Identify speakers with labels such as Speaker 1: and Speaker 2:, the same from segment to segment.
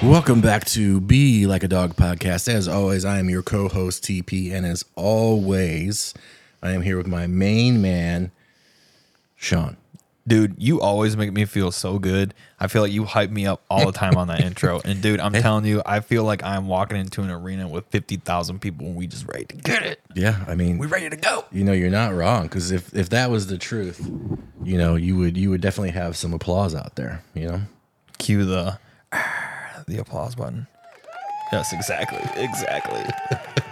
Speaker 1: Welcome back to Be Like a Dog podcast. As always, I am your co host, TP, and as always, I am here with my main man, Sean.
Speaker 2: Dude, you always make me feel so good. I feel like you hype me up all the time on that intro. And dude, I'm telling you, I feel like I'm walking into an arena with 50,000 people and we just ready to get it.
Speaker 1: Yeah, I mean,
Speaker 2: We ready to go.
Speaker 1: you know, you're not wrong because if, if that was the truth, you know, you would you would definitely have some applause out there, you know?
Speaker 2: Cue the the applause button. Yes, exactly. Exactly.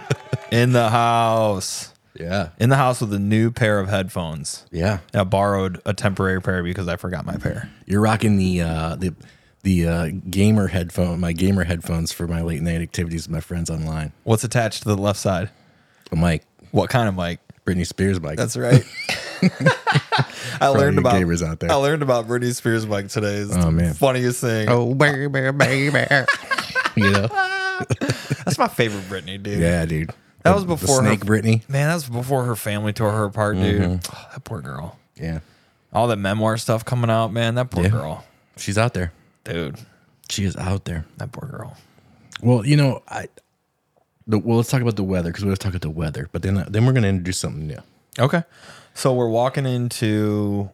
Speaker 2: In the house.
Speaker 1: Yeah.
Speaker 2: In the house with a new pair of headphones.
Speaker 1: Yeah.
Speaker 2: I borrowed a temporary pair because I forgot my pair.
Speaker 1: You're rocking the uh, the the uh, gamer headphone, my gamer headphones for my late night activities with my friends online.
Speaker 2: What's attached to the left side?
Speaker 1: A mic,
Speaker 2: What kind of mic?
Speaker 1: Britney Spears mic.
Speaker 2: That's right. I learned
Speaker 1: you
Speaker 2: about
Speaker 1: gamers out there.
Speaker 2: I learned about Britney Spears mic today. It's
Speaker 1: Oh,
Speaker 2: the
Speaker 1: man.
Speaker 2: funniest thing.
Speaker 1: oh baby, baby, you know.
Speaker 2: That's my favorite Britney, dude.
Speaker 1: Yeah, dude.
Speaker 2: That
Speaker 1: The-
Speaker 2: was
Speaker 1: the
Speaker 2: before her-
Speaker 1: Snake Britney.
Speaker 2: Man, that was before her family tore her apart, dude.
Speaker 1: Mm-hmm.
Speaker 2: Oh, that poor girl.
Speaker 1: Yeah,
Speaker 2: All that memoir stuff coming out, man. That poor girl,
Speaker 1: she's out there.
Speaker 2: dude.
Speaker 1: She is out there.
Speaker 2: That poor girl.
Speaker 1: Well, you know, I. The, well, let's talk about the weather because we always talk about the weather, but then then we're gonna introduce something new.
Speaker 2: Okay, so we're walking into.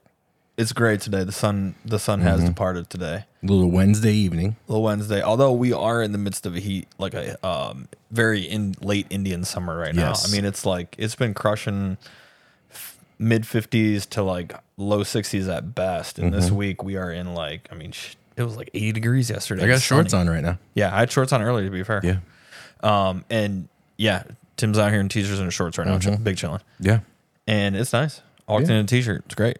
Speaker 2: It's great today. The sun, the sun has
Speaker 1: Mm-hmm.
Speaker 2: departed today.
Speaker 1: little Wednesday evening.
Speaker 2: Little Wednesday. Although we are in the midst of a heat, like a um, very in late Indian summer right now.
Speaker 1: Yes.
Speaker 2: I mean, it's like it's been crushing f- mid fifties to like low sixties at best. And
Speaker 1: Mm-hmm.
Speaker 2: this week we are in like, I mean, sh- it was like eighty degrees yesterday.
Speaker 1: I got shorts on right now.
Speaker 2: Yeah, I had shorts on earlier. To be fair. Um, and yeah, Tim's out here in teasers and shorts right now. Ch-
Speaker 1: Mm-hmm.
Speaker 2: big chilling,
Speaker 1: yeah.
Speaker 2: and it's nice. I Walked in a t-shirt. It's great.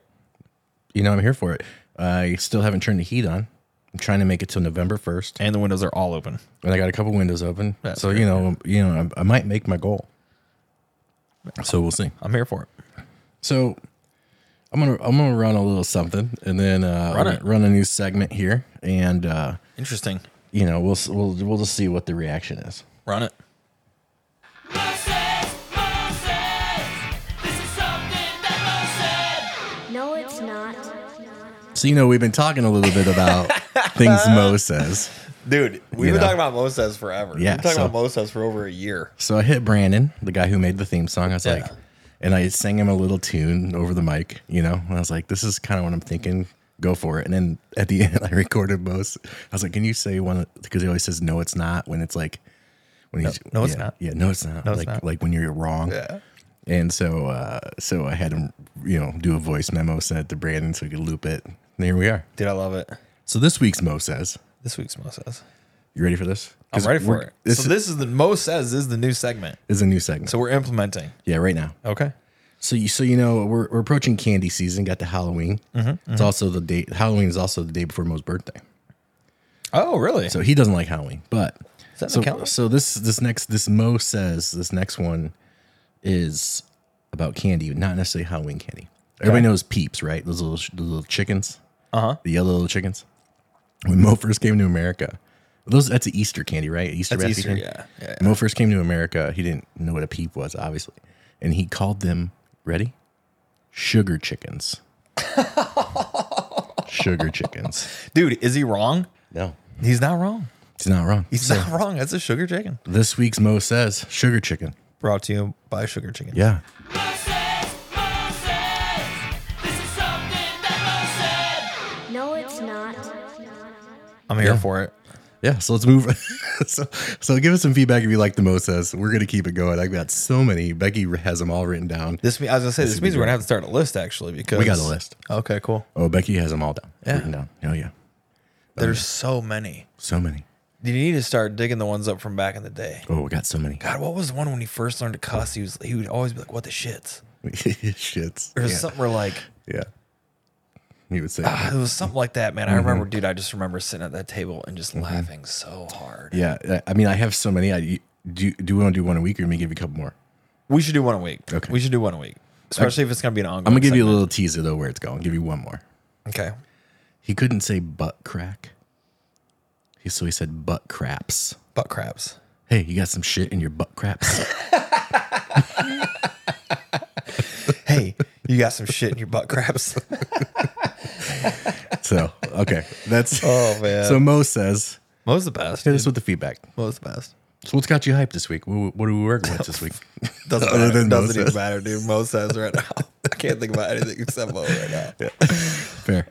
Speaker 1: You know, I'm here for it. I still haven't turned the heat on. I'm trying to make it till November first,
Speaker 2: And the windows are all open.
Speaker 1: and I got a couple windows open.
Speaker 2: That's
Speaker 1: so you know, you know, I, I might make my goal. So we'll see.
Speaker 2: I'm here for it.
Speaker 1: So I'm gonna I'm gonna run a little something, and then uh,
Speaker 2: Run
Speaker 1: run,
Speaker 2: it.
Speaker 1: run a new segment here, and uh,
Speaker 2: Interesting.
Speaker 1: you know, we'll s- we'll we'll just see what the reaction is.
Speaker 2: Run it.
Speaker 3: Moses, Moses, this is something that Moses.
Speaker 4: No, it's not.
Speaker 1: So you know, we've been talking a little bit about things Mo says.
Speaker 2: Dude, we've
Speaker 1: You
Speaker 2: been
Speaker 1: know?
Speaker 2: talking about Moses forever.
Speaker 1: Yeah,
Speaker 2: We've been talking
Speaker 1: so-
Speaker 2: about Moses for over a year.
Speaker 1: So I hit Brandon, the guy who made the theme song. I was like,
Speaker 2: Yeah.
Speaker 1: and I sang him a little tune over the mic, you know. And I was like, this is kind of what I'm thinking. Go for it. And then at the end, I recorded most. I was like, can you say one? Because he always says, no, it's not. When it's like, when he's
Speaker 2: no, it's
Speaker 1: yeah,
Speaker 2: not.
Speaker 1: Yeah, no, it's not.
Speaker 2: it's
Speaker 1: like
Speaker 2: not.
Speaker 1: like when you're wrong.
Speaker 2: Yeah.
Speaker 1: And so, uh, so I had him, you know, do a voice memo, send it to Brandon so he could loop it. And here we are.
Speaker 2: Dude, I love it.
Speaker 1: So this week's Mo says,
Speaker 2: This week's Moses.
Speaker 1: you ready for this?
Speaker 2: I'm
Speaker 1: 'Cause
Speaker 2: ready for
Speaker 1: we're-
Speaker 2: it.
Speaker 1: This
Speaker 2: so this is the Moses is the new segment.
Speaker 1: is a new segment.
Speaker 2: So we're implementing.
Speaker 1: yeah, right now.
Speaker 2: Okay.
Speaker 1: So you, so you know, we're, we're approaching candy season. Got to Halloween.
Speaker 2: Mm-hmm,
Speaker 1: It's also the day. Halloween is also the day before Mo's birthday.
Speaker 2: Oh, really?
Speaker 1: So he doesn't like Halloween, but
Speaker 2: that in the
Speaker 1: so
Speaker 2: calendar?
Speaker 1: so this this next this Mo says this next one is about candy, not necessarily Halloween candy. Everybody knows Peeps, right? Those little those little chickens,
Speaker 2: uh huh.
Speaker 1: the yellow little chickens. When Mo first came to America, those that's an Easter candy, right? Easter
Speaker 2: That's
Speaker 1: basket
Speaker 2: Easter.
Speaker 1: candy?
Speaker 2: Yeah. yeah.
Speaker 1: When Mo first came to America, he didn't know what a peep was, obviously. And he called them, ready? Sugar chickens. Sugar chickens.
Speaker 2: Dude, is he wrong?
Speaker 1: No.
Speaker 2: He's not wrong.
Speaker 1: He's not wrong.
Speaker 2: He's not wrong. That's a sugar chicken.
Speaker 1: This week's Mo says sugar chicken.
Speaker 2: Brought to you by Sugar Chicken.
Speaker 1: Yeah.
Speaker 3: Moses, Moses, this is something that Moses.
Speaker 4: No, it's not.
Speaker 2: I'm here for it.
Speaker 1: Yeah. So let's move. so, so give us some feedback if you like the Mo says. We're going to keep it going. I've got so many. Becky has them all written down.
Speaker 2: This me I was gonna say this, means we're gonna have to start a list actually because
Speaker 1: We got a list.
Speaker 2: Okay, cool.
Speaker 1: Oh, Becky has them all down.
Speaker 2: Yeah.
Speaker 1: Written down. Oh, yeah.
Speaker 2: There's so many.
Speaker 1: So many.
Speaker 2: You need to start digging the ones up from back in the day.
Speaker 1: Oh, we got so many.
Speaker 2: God, what was the one when he first learned to cuss? He was he would always be like, "What the shits?"
Speaker 1: Shits.
Speaker 2: Or
Speaker 1: yeah.
Speaker 2: something where like
Speaker 1: yeah. You would say.
Speaker 2: it was something like that, man. I
Speaker 1: Mm-hmm.
Speaker 2: remember, dude. I just remember sitting at that table and just laughing so hard.
Speaker 1: Yeah, I- I mean, I have so many. I you- do. Do we want to do one a week, or let me give you a couple more?
Speaker 2: We should do one a week.
Speaker 1: Okay.
Speaker 2: We should do one a week, especially if it's gonna be an ongoing.
Speaker 1: I'm gonna give you a little teaser though, where it's going. Give you one more.
Speaker 2: Okay.
Speaker 1: He couldn't say butt crack. He so he said butt craps.
Speaker 2: Butt crabs.
Speaker 1: Hey, you got some shit in your butt craps.
Speaker 2: Hey, you got some shit in your butt crabs.
Speaker 1: so okay, that's.
Speaker 2: Oh, man.
Speaker 1: So Mo says
Speaker 2: Mo's the best.
Speaker 1: Hit us with the feedback.
Speaker 2: Mo's the best.
Speaker 1: So what's got you hyped this week? What, what are we working with this week?
Speaker 2: Doesn't
Speaker 1: Other
Speaker 2: matter.
Speaker 1: than Mo
Speaker 2: Doesn't even
Speaker 1: says.
Speaker 2: matter, dude. Mo says right now. I can't think about anything except Mo right now.
Speaker 1: Fair.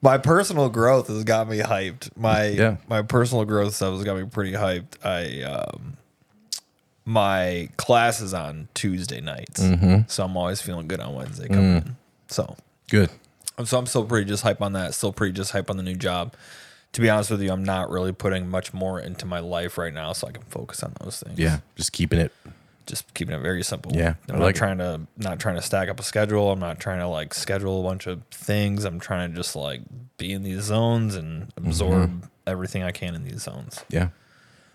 Speaker 2: My personal growth has got me hyped. My
Speaker 1: Yeah.
Speaker 2: my personal growth stuff has got me pretty hyped. I um my class is on Tuesday nights,
Speaker 1: Mm-hmm.
Speaker 2: so I'm always feeling good on Wednesday coming
Speaker 1: Mm.
Speaker 2: in. So
Speaker 1: Good.
Speaker 2: Um, So I'm still pretty just hype on that. Still pretty just hype on the new job. To be honest with you, I'm not really putting much more into my life right now, so I can focus on those things.
Speaker 1: Yeah. Just keeping it.
Speaker 2: just keeping it very simple.
Speaker 1: Yeah, I
Speaker 2: I'm not
Speaker 1: like it.
Speaker 2: trying to not trying to stack up a schedule. I'm not trying to like schedule a bunch of things. I'm trying to just like be in these zones and absorb
Speaker 1: Mm-hmm.
Speaker 2: everything I can in these zones.
Speaker 1: Yeah.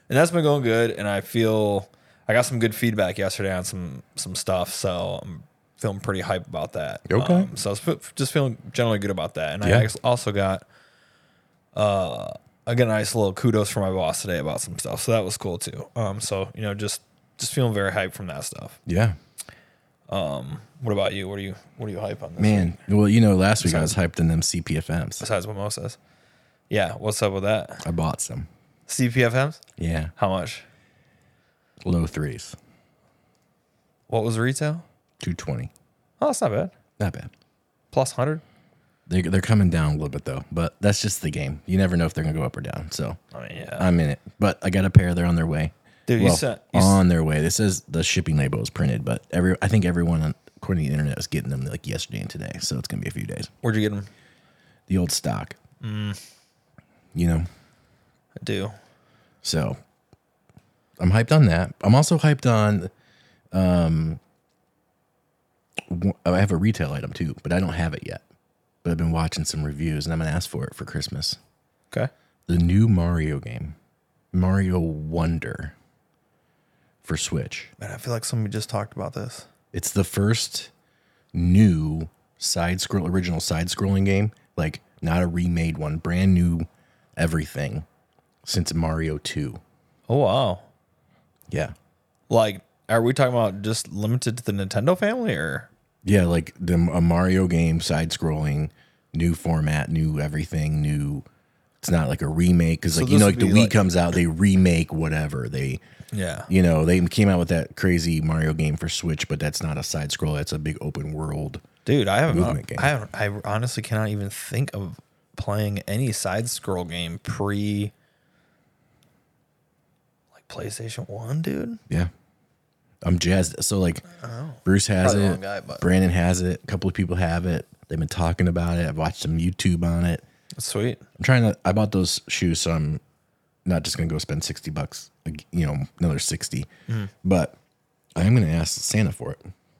Speaker 2: And that's been going good. And I feel I got some good feedback yesterday on some some stuff. So I'm feeling pretty hype about that. Um,
Speaker 1: Okay.
Speaker 2: so I was fe- just feeling generally good about that. And
Speaker 1: Yeah.
Speaker 2: I ac- also got uh I got a nice little kudos from my boss today about some stuff. So that was cool too. Um so you know just just feeling very hyped from that stuff.
Speaker 1: Yeah.
Speaker 2: What about you? What are you what are you hype on this?
Speaker 1: Man. Well, you know, last week I was hyped in them CPFMs.
Speaker 2: Besides what Mo says. Yeah, what's up with that?
Speaker 1: I bought some.
Speaker 2: CPFMs?
Speaker 1: Yeah.
Speaker 2: How much?
Speaker 1: Low threes.
Speaker 2: What was retail?
Speaker 1: 220.
Speaker 2: Oh, that's not bad.
Speaker 1: Not bad.
Speaker 2: Plus 100?
Speaker 1: They, they're coming down a little bit though, but that's just the game. You never know if they're gonna go up or down. So
Speaker 2: I mean, yeah.
Speaker 1: I'm in it. But I got a pair. They're on their way.
Speaker 2: Dude, you
Speaker 1: Well,
Speaker 2: sent- you s-
Speaker 1: on their way. This is the shipping label is printed, but every I think everyone on according to the internet is getting them like yesterday and today. So it's gonna be a few days.
Speaker 2: Where'd you get them?
Speaker 1: The old stock.
Speaker 2: Mm.
Speaker 1: You know.
Speaker 2: I do.
Speaker 1: So I'm hyped on that. I'm also hyped on um w- I have a retail item too, but I don't have it yet. But I've been watching some reviews and I'm gonna ask for it for Christmas.
Speaker 2: Okay.
Speaker 1: the new Mario game, Mario Wonder for Switch.
Speaker 2: Man, I feel like somebody just talked about this.
Speaker 1: It's the first new side scroll original side scrolling game, like not a remade one, brand new everything since Mario 2.
Speaker 2: Oh wow.
Speaker 1: Yeah.
Speaker 2: Like, are we talking about just limited to the Nintendo family or
Speaker 1: Yeah, like the a Mario game side scrolling, new format, new everything, new it's not like a remake because like you
Speaker 2: this
Speaker 1: know
Speaker 2: would
Speaker 1: like the
Speaker 2: be
Speaker 1: Wii
Speaker 2: like-
Speaker 1: comes out, they remake whatever. They
Speaker 2: Yeah.
Speaker 1: you know, they came out with that crazy Mario game for Switch, but that's not a side scroll. That's a big open world.
Speaker 2: Dude, I haven't
Speaker 1: Movement game.
Speaker 2: I haven't, I honestly cannot even think of playing any side scroll game pre like PlayStation 1, dude.
Speaker 1: Yeah. I'm jazzed. So like Bruce has
Speaker 2: Oh. Probably the
Speaker 1: it.
Speaker 2: wrong guy, but-
Speaker 1: Brandon has it. A couple of people have it. They've been talking about it. I've watched some YouTube on it.
Speaker 2: That's sweet.
Speaker 1: I'm trying to I bought those shoes, so I'm not just gonna go spend sixty bucks, like, you know, another 60 But I am gonna ask Santa for it.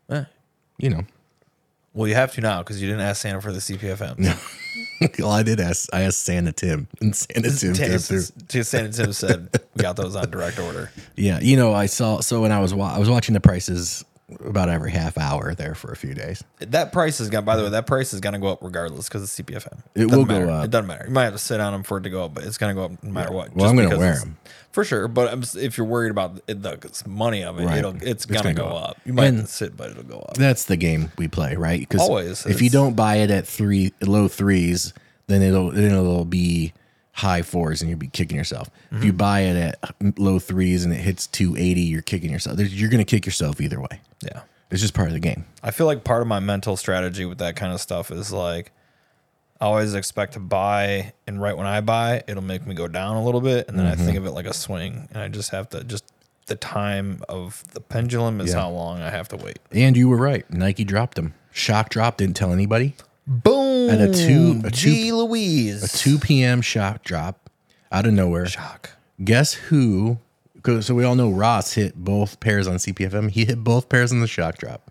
Speaker 2: Mm-hmm. Eh.
Speaker 1: You know.
Speaker 2: Well, you have to now because you didn't ask Santa for the CPFM. No,
Speaker 1: well, I did ask I asked Santa Tim and Santa Tim came through.
Speaker 2: Santa Tim said we got those on direct order.
Speaker 1: Yeah, you know, I saw. So when I was wa- I was watching the prices about every half hour there for a few days.
Speaker 2: That price is going. to By the way, that price is going to go up regardless because it's CPFM.
Speaker 1: It
Speaker 2: doesn't
Speaker 1: will go
Speaker 2: matter.
Speaker 1: up.
Speaker 2: It doesn't matter. You might have to sit on them for it to go up, but it's going to go up no matter what.
Speaker 1: Well, I'm gonna
Speaker 2: because
Speaker 1: wear
Speaker 2: it's-
Speaker 1: 'em.
Speaker 2: for sure. But I'm, s- if you're worried about it, the it's money of it,
Speaker 1: Right.
Speaker 2: it'll it's,
Speaker 1: It's
Speaker 2: going to
Speaker 1: gonna
Speaker 2: go,
Speaker 1: go
Speaker 2: up.
Speaker 1: up.
Speaker 2: You might
Speaker 1: And-
Speaker 2: have to sit, but it'll go up.
Speaker 1: That's the game we play, right? Because
Speaker 2: Always,
Speaker 1: if you
Speaker 2: it's-
Speaker 1: don't buy it at three low threes, then it'll then it'll be high fours, and you'll be kicking yourself. If you
Speaker 2: Mhm.
Speaker 1: buy it at low threes and it hits two eighty, you're kicking yourself. There's, you're gonna kick yourself either way.
Speaker 2: Yeah,
Speaker 1: It's just part of the game.
Speaker 2: I feel like part of my mental strategy with that kind of stuff is like. I always expect to buy, and right when I buy, it'll make me go down a little bit, and then
Speaker 1: Mm-hmm.
Speaker 2: I think of it like a swing, and I just have to just the time of the pendulum is
Speaker 1: Yeah.
Speaker 2: how long I have to wait.
Speaker 1: And you were right. Nike dropped them. Shock drop didn't tell anybody.
Speaker 2: Boom!
Speaker 1: And a two- a two-
Speaker 2: G. Louise.
Speaker 1: A two p.m. shock drop out of nowhere.
Speaker 2: Shock.
Speaker 1: Guess who? 'cause- So we all know Ross hit both pairs on CPFM. He hit both pairs in the shock drop.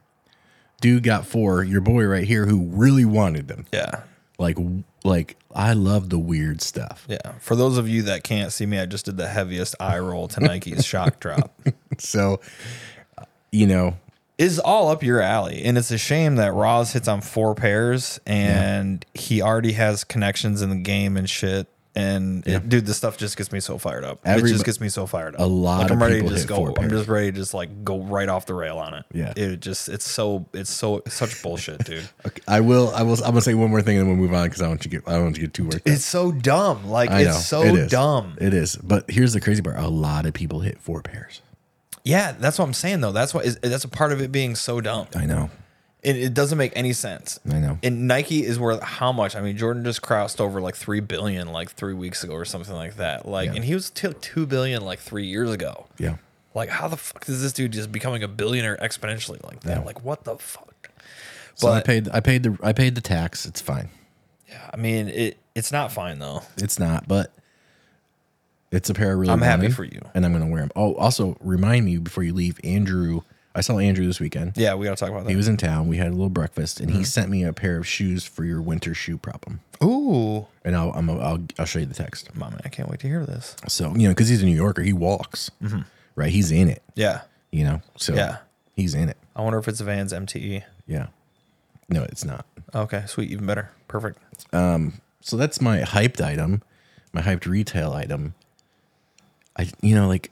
Speaker 1: Dude got four. Your boy right here, who really wanted them.
Speaker 2: Yeah.
Speaker 1: Like, like I love the weird stuff.
Speaker 2: Yeah. For those of you that can't see me, I just did the heaviest eye roll to Nike's shock drop.
Speaker 1: So, uh, you know,
Speaker 2: Is all up your alley. And it's a shame that Roz hits on four pairs and he already has connections in the game and shit. And it, dude, this stuff just gets me so fired up.
Speaker 1: Every-
Speaker 2: it just gets me so fired up.
Speaker 1: a lot
Speaker 2: Like I'm
Speaker 1: of
Speaker 2: ready
Speaker 1: people
Speaker 2: to
Speaker 1: hit
Speaker 2: just go.
Speaker 1: four
Speaker 2: I'm
Speaker 1: pair.
Speaker 2: just ready to just like go right off the rail on it.
Speaker 1: Yeah.
Speaker 2: It just it's so it's so it's such bullshit, dude.
Speaker 1: Okay, I will. I will. I'm gonna say one more thing, and then we'll move on because I want you to get. I don't want you to get too worked. up.
Speaker 2: It's so dumb. Like
Speaker 1: I know.
Speaker 2: it's so
Speaker 1: It is.
Speaker 2: dumb.
Speaker 1: It is. But here's the crazy part: a lot of people hit four pairs.
Speaker 2: yeah, that's what I'm saying though. That's what is that's a part of it being so dumb.
Speaker 1: I know.
Speaker 2: It, it doesn't make any sense.
Speaker 1: I know.
Speaker 2: And Nike is worth how much? I mean, Jordan just crossed over like three billion like three weeks ago or something like that. Like,
Speaker 1: Yeah.
Speaker 2: and he was t- two billion like three years ago.
Speaker 1: Yeah.
Speaker 2: Like, how the fuck is this dude just becoming a billionaire exponentially like that?
Speaker 1: Yeah.
Speaker 2: Like, what the fuck?
Speaker 1: So I
Speaker 2: But-
Speaker 1: paid. I paid the. I paid the tax. It's fine.
Speaker 2: I mean, it it's not fine though.
Speaker 1: It's not, but it's a pair I really.
Speaker 2: I'm happy
Speaker 1: wanted,
Speaker 2: for you.
Speaker 1: and I'm gonna wear them. Oh, also remind me before you leave, Andrew. I saw Andrew this weekend.
Speaker 2: Yeah, we gotta talk about that.
Speaker 1: He was in town. We had a little breakfast, and
Speaker 2: Mm-hmm.
Speaker 1: he sent me a pair of shoes for your winter shoe problem.
Speaker 2: Ooh,
Speaker 1: And I'll I'm, I'll I'll show you the text.
Speaker 2: mama, I can't wait to hear this.
Speaker 1: So you know, because he's a New Yorker, he walks, right? He's in it,
Speaker 2: Yeah,
Speaker 1: you know. So
Speaker 2: Mm-hmm. Yeah.
Speaker 1: he's in it.
Speaker 2: I wonder if it's a Vans MTE.
Speaker 1: Yeah. No, it's not.
Speaker 2: Okay, sweet, even better, perfect.
Speaker 1: So that's my hyped item, my hyped retail item. I you know like,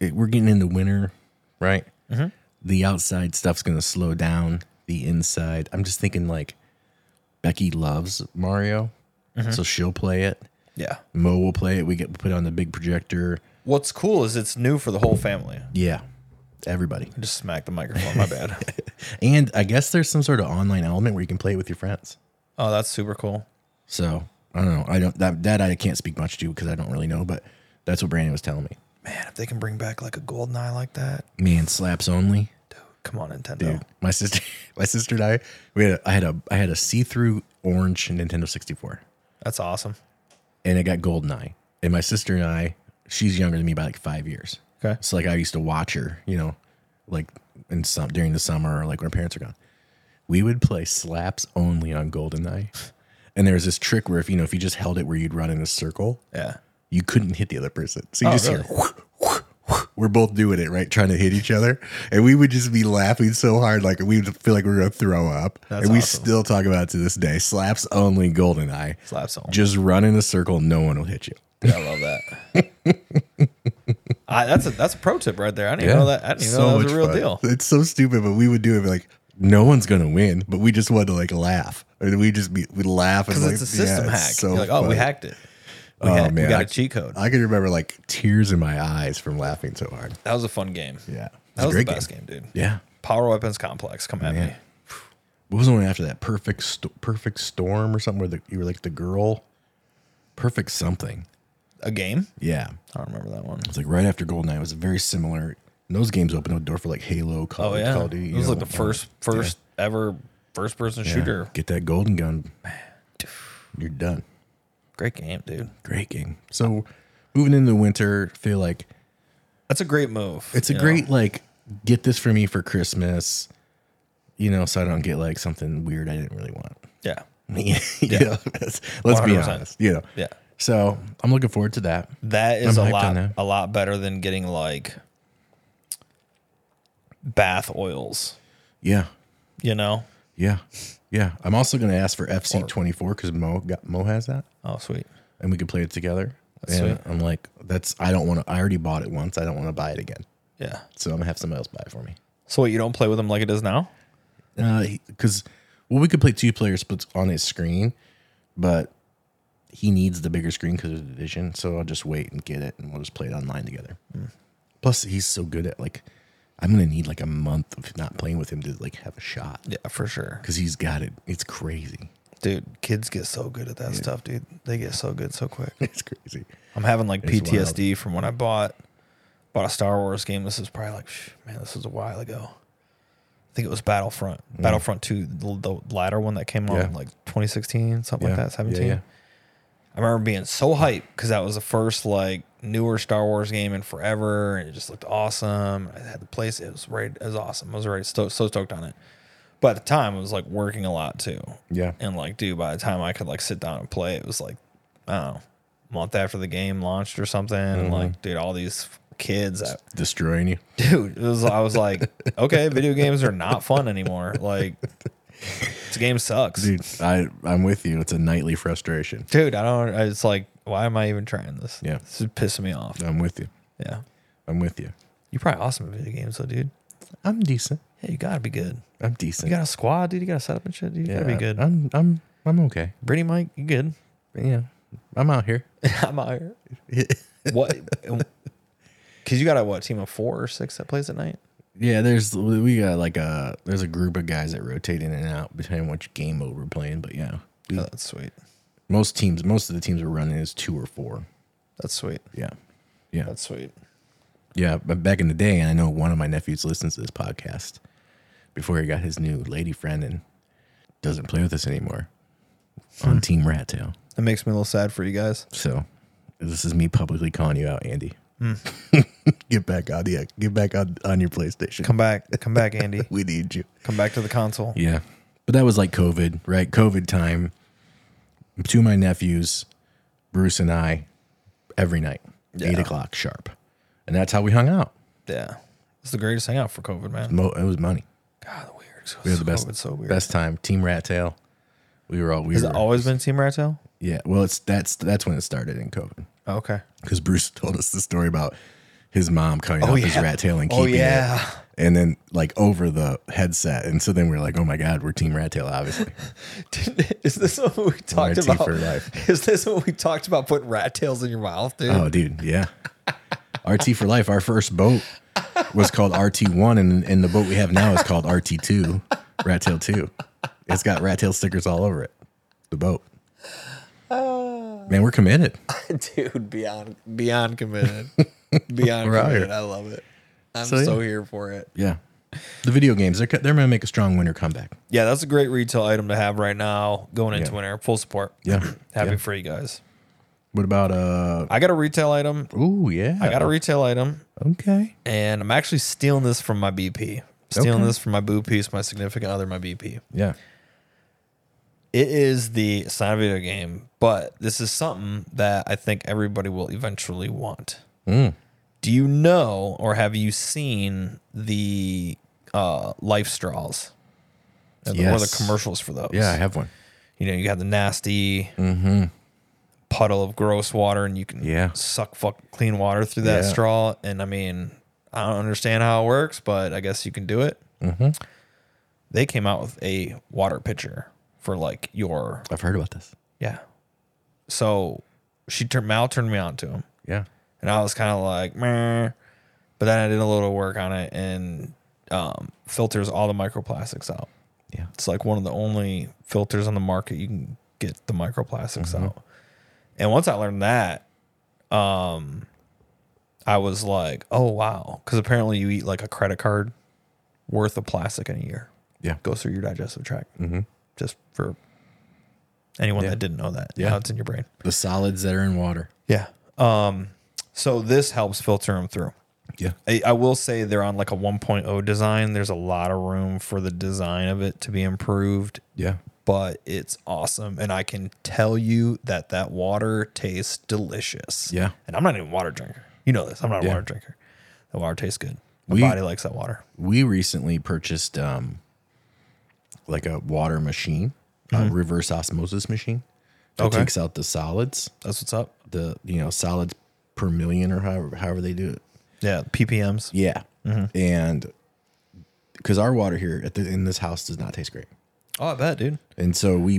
Speaker 1: it, we're getting into winter, right? The outside stuff's gonna slow down. The inside, I'm just thinking like, Becky loves Mario, so she'll play it.
Speaker 2: Yeah.
Speaker 1: Mo will play it. We get put on the big projector.
Speaker 2: What's cool is it's new for the whole family.
Speaker 1: Yeah, everybody.
Speaker 2: I just smacked the microphone. My bad.
Speaker 1: And I guess there's some sort of online element where you can play it with your friends.
Speaker 2: Oh, that's super cool.
Speaker 1: So I don't know. I don't that that I can't speak much to because I don't really know. But that's what Brandon was telling me.
Speaker 2: Man, if they can bring back like a golden eye like that,
Speaker 1: Man, slaps only.
Speaker 2: dude, come on, Nintendo.
Speaker 1: Dude, my sister, my sister and I, we had a, I had a I had a see through orange Nintendo 64,
Speaker 2: That's awesome.
Speaker 1: and it got GoldenEye. And my sister and I, she's younger than me by like five years.
Speaker 2: Okay.
Speaker 1: So like I used to watch her, you know, like in some during the summer or like when her parents are gone. We would play slaps only on GoldenEye. And there was this trick where if you know if you just held it where you'd run in a circle,
Speaker 2: Yeah.
Speaker 1: you couldn't hit the other person. So you
Speaker 2: Oh,
Speaker 1: just hear we're both doing it, right? Trying to hit each other. And we would just be laughing so hard, like we would feel like we were gonna throw up.
Speaker 2: That's
Speaker 1: and we
Speaker 2: awesome.
Speaker 1: still talk about it to this day. Slaps only GoldenEye.
Speaker 2: Slaps only.
Speaker 1: Just run in a circle, no one will hit you.
Speaker 2: Dude, I love that. I, that's a that's a pro tip right there. I didn't
Speaker 1: Yeah.
Speaker 2: even know that. I didn't even know that was a
Speaker 1: much
Speaker 2: real
Speaker 1: fun.
Speaker 2: deal.
Speaker 1: It's so stupid, but we would do it be like no one's gonna win, but we just wanted to like laugh, and we just be we laugh and
Speaker 2: Because
Speaker 1: like,
Speaker 2: it's a system
Speaker 1: yeah, it's
Speaker 2: hack.
Speaker 1: so
Speaker 2: You're like, oh, we
Speaker 1: funny.
Speaker 2: hacked it. We,
Speaker 1: Oh,
Speaker 2: hacked, we
Speaker 1: man,
Speaker 2: got
Speaker 1: I-
Speaker 2: a cheat code.
Speaker 1: I can remember like tears in my eyes from laughing so hard.
Speaker 2: that was a fun game.
Speaker 1: Yeah,
Speaker 2: That was the best game, dude.
Speaker 1: Yeah,
Speaker 2: Power Weapons Complex, come at
Speaker 1: man.
Speaker 2: me.
Speaker 1: What was the one after that? Perfect, st- perfect storm or something where the, you were like the girl, perfect something.
Speaker 2: A game?
Speaker 1: Yeah, it
Speaker 2: I don't remember that one.
Speaker 1: was like right after Goldeneye. It was very similar. And those games opened a door for like Halo, Call,
Speaker 2: Oh yeah.
Speaker 1: Call of Duty.
Speaker 2: it
Speaker 1: you
Speaker 2: was like
Speaker 1: know,
Speaker 2: the first first ever first person
Speaker 1: yeah.
Speaker 2: shooter.
Speaker 1: Get that golden gun, you're done.
Speaker 2: Great game, dude.
Speaker 1: Great game. So moving into winter, feel like
Speaker 2: That's a great move.
Speaker 1: it's a
Speaker 2: you know?
Speaker 1: great like get this for me for Christmas, you know, so I don't get like something weird I didn't really want.
Speaker 2: Yeah.
Speaker 1: yeah. let's let's be
Speaker 2: 100%.
Speaker 1: honest. You know.
Speaker 2: Yeah.
Speaker 1: So I'm looking forward to that.
Speaker 2: That is
Speaker 1: I'm
Speaker 2: a
Speaker 1: hyped on
Speaker 2: lot
Speaker 1: that.
Speaker 2: a lot better than getting like bath oils,
Speaker 1: Yeah.
Speaker 2: you know?
Speaker 1: Yeah. Yeah. I'm also gonna ask for FC twenty four because Mo got Mo has that
Speaker 2: Oh sweet.
Speaker 1: and we could play it together.
Speaker 2: That's
Speaker 1: and
Speaker 2: sweet.
Speaker 1: I'm like, that's I don't want to I already bought it once. I don't want to buy it again.
Speaker 2: Yeah.
Speaker 1: So I'm gonna have somebody else buy it for me.
Speaker 2: So what, you don't play with them like it is now?
Speaker 1: because Uh, well, we could play two player splits on his screen, but he needs the bigger screen because of the division. So I'll just wait and get it, and we'll just play it online together. Plus, he's so good at like, I'm gonna need like a month of not playing with him to like have a shot
Speaker 2: Yeah, for sure.
Speaker 1: because he's got it. It's crazy.
Speaker 2: Dude, kids get so good at that stuff, dude. They get so good so quick.
Speaker 1: It's crazy.
Speaker 2: I'm having like
Speaker 1: It's wild.
Speaker 2: PTSD from when I bought bought a Star Wars game. This is probably like phew, man, this was a while ago. I think it was Battlefront, Battlefront Two, the, the latter one that came out
Speaker 1: Mm. Yeah.
Speaker 2: in like 2016, something
Speaker 1: Yeah,
Speaker 2: like that,
Speaker 1: yeah,
Speaker 2: 17.
Speaker 1: yeah.
Speaker 2: I remember being so hyped because that was the first like newer Star Wars game in forever, and it just looked awesome. I had the place; it was right, it was awesome. I was already so, so stoked on it. But at the time, I was like working a lot too.
Speaker 1: Yeah.
Speaker 2: And like, dude, by the time I could like sit down and play, it was like, I don't know, month after the game launched or something. And like, dude, all these kids, I,
Speaker 1: Destroying you.
Speaker 2: dude, it was, I was like, okay, video games are not fun anymore. Like, this game sucks. Dude,
Speaker 1: Dude, I I'm with you. It's a nightly frustration.
Speaker 2: I don't, it's like, why am I even trying this?
Speaker 1: Yeah.
Speaker 2: This is pissing me off.
Speaker 1: I'm with you.
Speaker 2: Yeah.
Speaker 1: I'm with you.
Speaker 2: You're probably awesome at video games, though, dude.
Speaker 1: I'm decent.
Speaker 2: Yeah, you gotta be good.
Speaker 1: I'm
Speaker 2: You
Speaker 1: decent.
Speaker 2: got a squad, dude. You got a setup and shit. Dude. You
Speaker 1: yeah,
Speaker 2: gotta be good.
Speaker 1: I'm I'm I'm okay.
Speaker 2: Brittany Mike, you good?
Speaker 1: Yeah. I'm out here.
Speaker 2: I'm out here. what? Because you got a what team of four or six that plays at night?
Speaker 1: Yeah, there's we got like a there's a group of guys that rotate in and out between which game mode we're playing, but yeah.
Speaker 2: Oh, that's sweet.
Speaker 1: Most teams most of the teams we're running is two or four.
Speaker 2: That's sweet.
Speaker 1: Yeah. Yeah.
Speaker 2: That's sweet.
Speaker 1: yeah. But back in the day, and I know one of my nephews listens to this podcast before he got his new lady friend and doesn't play with us anymore on Team Rat Tail.
Speaker 2: That makes me a little sad for you guys.
Speaker 1: So this is me publicly calling you out, Andy. Hmm. get back on the get back on, on your PlayStation.
Speaker 2: Come back, come back, Andy.
Speaker 1: We need you.
Speaker 2: Come back to the console.
Speaker 1: Yeah. But that was like COVID, right? COVID time. Two of my nephews, Bruce and I, every night, eight
Speaker 2: Yeah.
Speaker 1: o'clock sharp. And that's how we hung out.
Speaker 2: Yeah, it's the greatest hangout for COVID, man.
Speaker 1: Mo- it was money.
Speaker 2: God, weird.
Speaker 1: We had the best,
Speaker 2: COVID's so weird.
Speaker 1: best time. Team Rat Tail. We were all we
Speaker 2: Has
Speaker 1: were,
Speaker 2: it always been Team Rat Tail?
Speaker 1: Yeah. Well, it's that's that's when it started in COVID.
Speaker 2: Oh, Okay.
Speaker 1: because Bruce told us the story about his mom cutting
Speaker 2: Oh,
Speaker 1: off his
Speaker 2: yeah.
Speaker 1: rat tail and
Speaker 2: Oh,
Speaker 1: keeping
Speaker 2: yeah.
Speaker 1: it, and then like over the headset. And so then we are like, oh my god, we're Team Rat Tail, obviously.
Speaker 2: Dude, is this what we talked
Speaker 1: RT
Speaker 2: about?
Speaker 1: for life.
Speaker 2: Is this what we talked about putting rat tails in your mouth, dude?
Speaker 1: oh, dude, yeah. RT for life. Our first boat was called RT one, and and the boat we have now is called RT two, Rat Tail two. It's got rat tail stickers all over it. The boat. Man, we're committed.
Speaker 2: dude, beyond beyond committed. beyond
Speaker 1: We're out
Speaker 2: committed.
Speaker 1: here.
Speaker 2: I love it. I'm
Speaker 1: So,
Speaker 2: so,
Speaker 1: yeah.
Speaker 2: here for it.
Speaker 1: Yeah. The video games, they're, co- they're going to make a strong winter comeback.
Speaker 2: Yeah, that's a great retail item to have right now going into
Speaker 1: Yeah.
Speaker 2: winter. Full support.
Speaker 1: Yeah.
Speaker 2: Happy
Speaker 1: Yeah.
Speaker 2: for you guys.
Speaker 1: What about, uh,
Speaker 2: I got a retail item.
Speaker 1: oh, yeah.
Speaker 2: I got a retail item,
Speaker 1: Okay.
Speaker 2: and I'm actually stealing this from my BP. Stealing
Speaker 1: Okay.
Speaker 2: this from my boo piece, my significant other, my BP.
Speaker 1: Yeah.
Speaker 2: It is the it's not a video game, but this is something that I think everybody will eventually want.
Speaker 1: Mm.
Speaker 2: Do you know or have you seen the uh, life straws? Or the- Or the
Speaker 1: Yes.
Speaker 2: commercials for those?
Speaker 1: Yeah, I have one.
Speaker 2: you know, you have the nasty puddle of gross water, and you can
Speaker 1: Mm-hmm. Yeah.
Speaker 2: suck fuck clean water through that
Speaker 1: Yeah.
Speaker 2: straw. And I mean, I don't understand how it works, but I guess you can do it.
Speaker 1: Mm-hmm.
Speaker 2: They came out with a water pitcher for like your
Speaker 1: I've heard about this.
Speaker 2: yeah. So she turned Mal turned me on to him,
Speaker 1: Yeah.
Speaker 2: and I was kind of like, meh. But then I did a little work on it, and um, filters all the microplastics out.
Speaker 1: Yeah.
Speaker 2: It's like one of the only filters on the market you can get the microplastics
Speaker 1: Mm-hmm.
Speaker 2: out. And once I learned that, um, I was like, oh wow, because apparently you eat like a credit card worth of plastic in a year.
Speaker 1: Yeah.
Speaker 2: goes through your digestive tract. Mm-hmm. Just for anyone
Speaker 1: Yeah.
Speaker 2: that didn't know that,
Speaker 1: Yeah.
Speaker 2: now it's in your brain.
Speaker 1: The solids that are in water.
Speaker 2: Yeah. Um. So this helps filter them through.
Speaker 1: Yeah.
Speaker 2: I, I will say they're on like a 1.0 design. There's a lot of room for the design of it to be improved
Speaker 1: Yeah.
Speaker 2: but it's awesome. And I can tell you that that water tastes delicious.
Speaker 1: Yeah.
Speaker 2: And I'm not even a water drinker. You know this. I'm not a
Speaker 1: Yeah.
Speaker 2: water drinker. The water tastes good. My
Speaker 1: We-
Speaker 2: body likes that water.
Speaker 1: We recently purchased um like a water machine, a reverse osmosis machine that
Speaker 2: Okay.
Speaker 1: takes out the solids,
Speaker 2: That's what's up.
Speaker 1: the you know, solids per million or however however they do it.
Speaker 2: Yeah. PPMs.
Speaker 1: Yeah. And because our water here at the in this house does not taste great.
Speaker 2: Oh, I bet, dude.
Speaker 1: And so we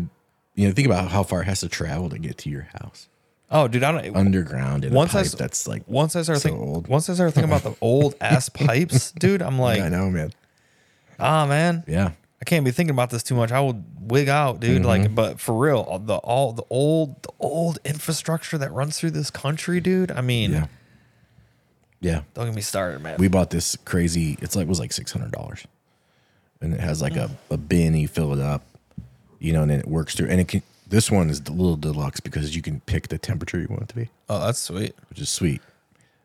Speaker 1: you know, think about how far it has to travel to get to your house.
Speaker 2: Oh, dude. I don't.
Speaker 1: Underground in
Speaker 2: once
Speaker 1: a
Speaker 2: I
Speaker 1: pipe
Speaker 2: s-
Speaker 1: that's like
Speaker 2: once I start
Speaker 1: so
Speaker 2: thinking,
Speaker 1: old.
Speaker 2: once I start thinking about the old ass pipes, dude, I'm like,
Speaker 1: I know, man.
Speaker 2: ah, man,
Speaker 1: Yeah. Mm-hmm.
Speaker 2: I can't be thinking about this too much. I would wig out, dude. Like, but for real, all the all the old the old infrastructure that runs through this country, dude. I mean,
Speaker 1: Yeah. Yeah.
Speaker 2: don't get me started, man.
Speaker 1: We bought this crazy, it's like it was like six hundred dollars. And it has like a, a bin, you fill it up, you know, and then it works through and it can this one is a little deluxe because you can pick the temperature you want it to be,
Speaker 2: oh, that's sweet.
Speaker 1: which is sweet.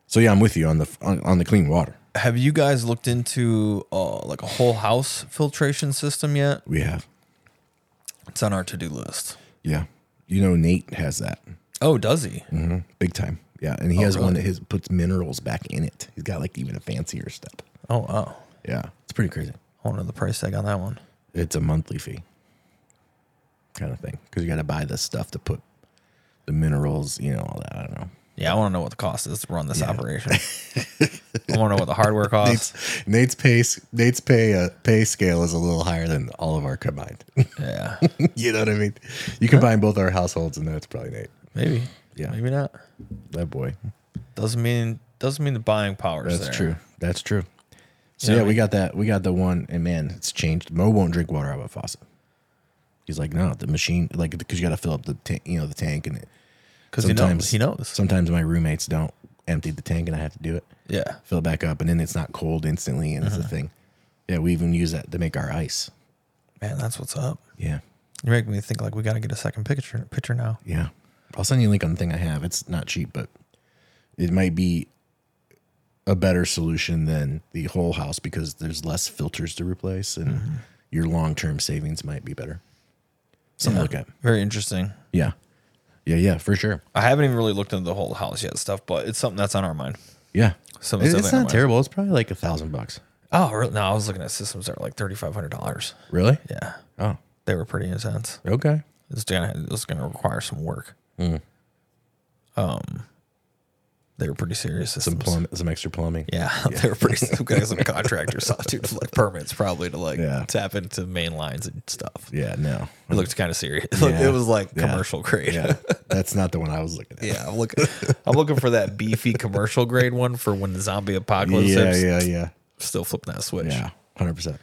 Speaker 1: So yeah, I'm with you on the on, on the clean water.
Speaker 2: Have you guys looked into uh, like a whole house filtration system yet?
Speaker 1: We have.
Speaker 2: It's on our to do list.
Speaker 1: Yeah. You know Nate has that.
Speaker 2: Oh, does he?
Speaker 1: Mm. Big time. Yeah. And he has
Speaker 2: really?
Speaker 1: one that his puts minerals back in it. He's got like even a fancier step.
Speaker 2: Oh, wow.
Speaker 1: Yeah. It's pretty crazy.
Speaker 2: I want to know the price tag on that one.
Speaker 1: it's a monthly fee kind of thing because you got to buy the stuff to put the minerals, you know, all that. I don't know.
Speaker 2: Yeah, I want to know what the cost is to run this operation. I want to know what the hardware costs.
Speaker 1: Nate's, Nate's pay s- Nate's pay uh, pay scale is a little higher than all of our combined.
Speaker 2: Yeah,
Speaker 1: you know what I mean? You combine both our households, and that's probably Nate.
Speaker 2: maybe.
Speaker 1: Yeah.
Speaker 2: maybe not.
Speaker 1: That boy.
Speaker 2: Doesn't mean doesn't mean the buying power is
Speaker 1: That's
Speaker 2: there.
Speaker 1: true. That's true. So
Speaker 2: You
Speaker 1: yeah,
Speaker 2: know what I
Speaker 1: we
Speaker 2: mean?
Speaker 1: got that. We got the one, and man, it's changed. Mo won't drink water out of a faucet. He's like, no, the machine, like, because you got to fill up the tank, you know, the tank, and it,
Speaker 2: because he knows.
Speaker 1: sometimes
Speaker 2: He knows.
Speaker 1: Sometimes my roommates don't empty the tank, and I have to do it,
Speaker 2: yeah,
Speaker 1: fill it back up, and then it's not cold instantly, and
Speaker 2: Uh-huh.
Speaker 1: it's a thing. Yeah, we even use that to make our ice.
Speaker 2: man, that's what's up.
Speaker 1: Yeah,
Speaker 2: You make me think like we got to get a second picture picture now.
Speaker 1: yeah. I'll send you a link on the thing I have. It's not cheap, but it might be a better solution than the whole house because there's less filters to replace, and
Speaker 2: Mm-hmm.
Speaker 1: your long term savings might be better. Something to look at.
Speaker 2: Very interesting.
Speaker 1: Yeah, yeah, yeah, for sure.
Speaker 2: I haven't even really looked into the whole house yet stuff, but it's something that's on our mind.
Speaker 1: Yeah,
Speaker 2: So
Speaker 1: It- it's
Speaker 2: it's definitely
Speaker 1: not
Speaker 2: not
Speaker 1: terrible. It's probably like a thousand bucks.
Speaker 2: Oh, really? No, I was looking at systems that were like thirty five hundred dollars.
Speaker 1: Really?
Speaker 2: Yeah,
Speaker 1: Oh,
Speaker 2: they were pretty intense.
Speaker 1: okay.
Speaker 2: It's gonna it's gonna require some work. Um,
Speaker 1: Hmm.
Speaker 2: they were pretty serious.
Speaker 1: Some
Speaker 2: systems.
Speaker 1: plum, some extra plumbing.
Speaker 2: Yeah, they were pretty. Some guys some contractors off dude with, like permits probably to like
Speaker 1: Yeah.
Speaker 2: tap into main lines and stuff.
Speaker 1: Yeah, no.
Speaker 2: It looked kind of serious.
Speaker 1: Yeah.
Speaker 2: It was like
Speaker 1: Yeah.
Speaker 2: commercial grade.
Speaker 1: Yeah, that's not the one I was looking at.
Speaker 2: Yeah, I'm looking. I'm looking for that beefy commercial grade one for when the zombie apocalypse.
Speaker 1: yeah,
Speaker 2: hits.
Speaker 1: yeah, yeah,
Speaker 2: Still flipping that switch.
Speaker 1: yeah. Hundred percent.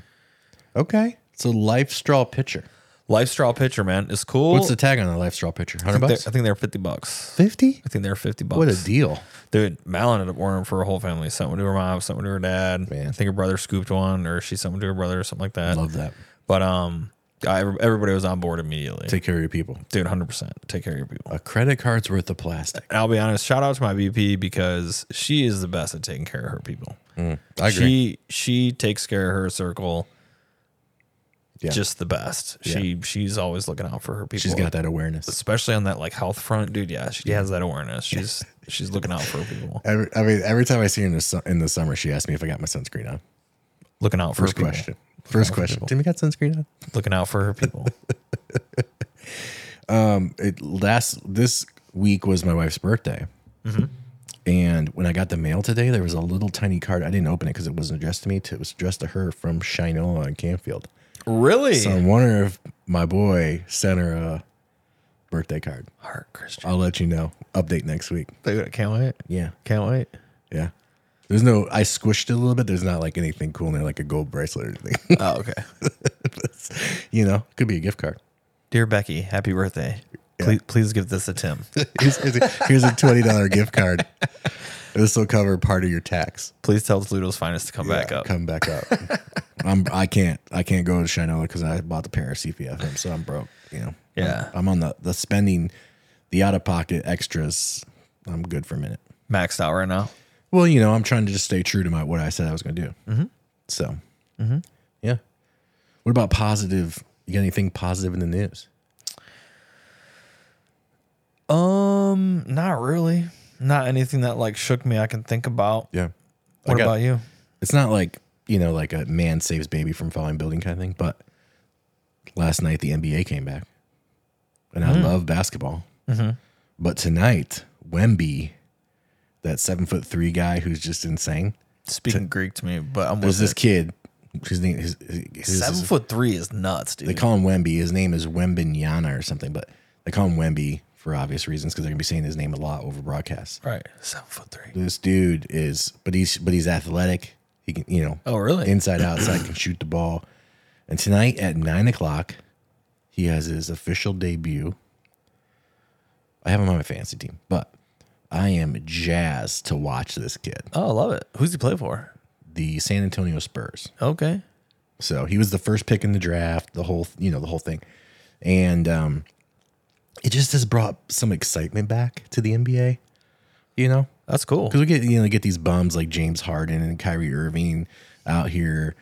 Speaker 1: Okay, so life straw pitcher.
Speaker 2: Life straw pitcher, man, is cool.
Speaker 1: What's the tag on a life straw pitcher?
Speaker 2: I
Speaker 1: Hundred
Speaker 2: think they're-
Speaker 1: bucks.
Speaker 2: I think they're fifty bucks.
Speaker 1: Fifty.
Speaker 2: I think they're fifty bucks.
Speaker 1: What a deal.
Speaker 2: Dude, Mal ended up ordering 'em for her whole family. Something to her mom, something to her dad.
Speaker 1: Man.
Speaker 2: I think her brother scooped one, or she something to her brother, or something like that.
Speaker 1: Love that.
Speaker 2: But um, I, everybody was on board immediately.
Speaker 1: Take care of your people.
Speaker 2: Dude, hundred percent. Take care of your people.
Speaker 1: A credit card's worth of plastic.
Speaker 2: And I'll be honest. Shout out to my VP because she is the best at taking care of her people.
Speaker 1: I agree.
Speaker 2: She she takes care of her circle.
Speaker 1: Yeah.
Speaker 2: Just the best. She she's always looking out for her people.
Speaker 1: She's got that awareness.
Speaker 2: especially on that like health front, dude. Yeah, she has that awareness. She's she's looking out for her people.
Speaker 1: Every, I mean, every time I see her in the, su- in the summer, she asks me if I got my sunscreen on.
Speaker 2: Looking out for
Speaker 1: First
Speaker 2: her people.
Speaker 1: question. First question. Timmy got sunscreen on?
Speaker 2: Looking out for her people.
Speaker 1: it last this week was my wife's birthday. Mm-hmm. And when I got the mail today, there was a little tiny card. I didn't open it because it wasn't addressed to me. It was addressed to her from Shinola in Canfield.
Speaker 2: really?
Speaker 1: So I'm wondering if my boy sent her a birthday card.
Speaker 2: Heart Christian.
Speaker 1: I'll let you know. Update next week.
Speaker 2: Dude, I can't wait.
Speaker 1: Yeah.
Speaker 2: Can't wait.
Speaker 1: Yeah. There's no, I squished it a little bit. There's not like anything cool in there, like a gold bracelet or anything.
Speaker 2: Oh, okay.
Speaker 1: you know, could be a gift card.
Speaker 2: Dear Becky, happy birthday. Please, please give this a Tim.
Speaker 1: Here's, here's a, here's a $20 gift card. This will cover part of your tax.
Speaker 2: Please tell Toledo's finest to come back
Speaker 1: Yeah,
Speaker 2: up.
Speaker 1: Come back up. I'm. I can't. I can't go to Shinola because I bought the pair of CPFM, so I'm broke. You know.
Speaker 2: Yeah.
Speaker 1: I'm, I'm on the the spending, the out of pocket extras. I'm good for a minute.
Speaker 2: Maxed out right now.
Speaker 1: Well, you know, I'm trying to just stay true to my what I said I was going to do. Mm-hmm. So.
Speaker 2: Mm-hmm.
Speaker 1: Yeah. What about positive? You got anything positive in the news?
Speaker 2: Um, not really. Not anything that like shook me. I can think about.
Speaker 1: Yeah.
Speaker 2: What
Speaker 1: got-
Speaker 2: about you?
Speaker 1: It's not like you know, like a man saves baby from falling building kind of thing. But last night the NBA came back, and
Speaker 2: Mm-hmm.
Speaker 1: I love basketball. But tonight, Wemby, that seven foot three guy who's just insane,
Speaker 2: Speaking Greek to me, but I'm
Speaker 1: was
Speaker 2: with
Speaker 1: this
Speaker 2: this
Speaker 1: kid. His name, his, his, his-
Speaker 2: seven foot three is nuts, dude.
Speaker 1: they call him Wemby. His name is Wembinyana or something, but they call him Wemby for obvious reasons because they're gonna be saying his name a lot over broadcasts.
Speaker 2: right, seven foot three.
Speaker 1: This dude is, but he's but he's athletic. He can, you know,
Speaker 2: Oh, really?
Speaker 1: inside outside can shoot the ball. And tonight at nine o'clock, he has his official debut. I have him on my fantasy team, but I am jazzed to watch this kid.
Speaker 2: oh, I love it. Who's he play for?
Speaker 1: The San Antonio Spurs.
Speaker 2: Okay,
Speaker 1: So he was the first pick in the draft, the whole you know, the whole thing. And um it just has brought some excitement back to the NBA, you know?
Speaker 2: that's cool.
Speaker 1: Because we get you know get these bums like James Harden and Kyrie Irving out here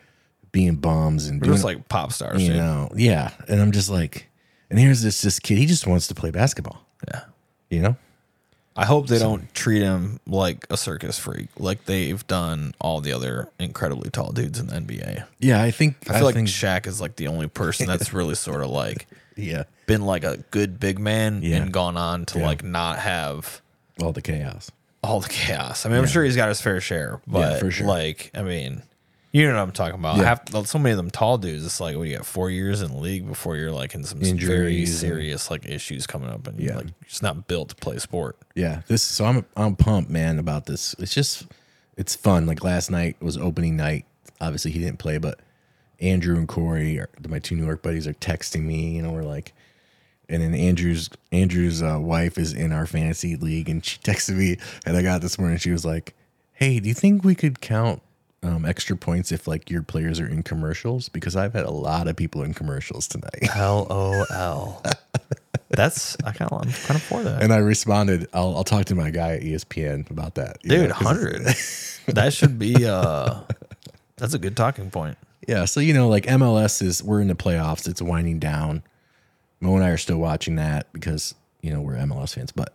Speaker 1: being bums and
Speaker 2: We're
Speaker 1: doing
Speaker 2: just like pop stars,
Speaker 1: you
Speaker 2: dude.
Speaker 1: know yeah and i'm just like and here's this this kid he just wants to play basketball
Speaker 2: Yeah,
Speaker 1: you know
Speaker 2: I hope they don't treat him like a circus freak, like they've done all the other incredibly tall dudes in the NBA.
Speaker 1: Yeah, I think
Speaker 2: I feel like
Speaker 1: think,
Speaker 2: Shaq is like the only person that's really sort of like
Speaker 1: yeah,
Speaker 2: been like a good big man
Speaker 1: Yeah.
Speaker 2: and gone on to
Speaker 1: Yeah.
Speaker 2: like not have
Speaker 1: all the chaos.
Speaker 2: all the chaos. I mean, I'm sure he's got his fair share, but
Speaker 1: for sure.
Speaker 2: like, I mean, you know what I'm talking about.
Speaker 1: Yeah.
Speaker 2: Half, so many of them tall dudes, it's like, what do you got, four years in the league before you're like in some very
Speaker 1: Injuries and-
Speaker 2: serious like issues coming up and you're
Speaker 1: Yeah.
Speaker 2: like you're just not built to play sport.
Speaker 1: Yeah, this so I'm I'm pumped, man, about this. It's just it's fun. Like last night was opening night. Obviously, he didn't play, but Andrew and Corey, are, my two New York buddies, are texting me. You know, we're like, and then Andrew's Andrew's uh, wife is in our fantasy league, and she texted me, and I got it this morning. She was like, "Hey, do you think we could count?" Um, extra points if like your players are in commercials because I've had a lot of people in commercials tonight.
Speaker 2: L O L. That's I kind of I'm kind of for that.
Speaker 1: And I responded, I'll, I'll talk to my guy at E ESPN about that. you know,
Speaker 2: Dude,
Speaker 1: 'cause-
Speaker 2: hundred. that should be uh that's a good talking point.
Speaker 1: Yeah, so you know, like MLS is we're in the playoffs. It's winding down. Mo and I are still watching that because you know we're MLS fans, but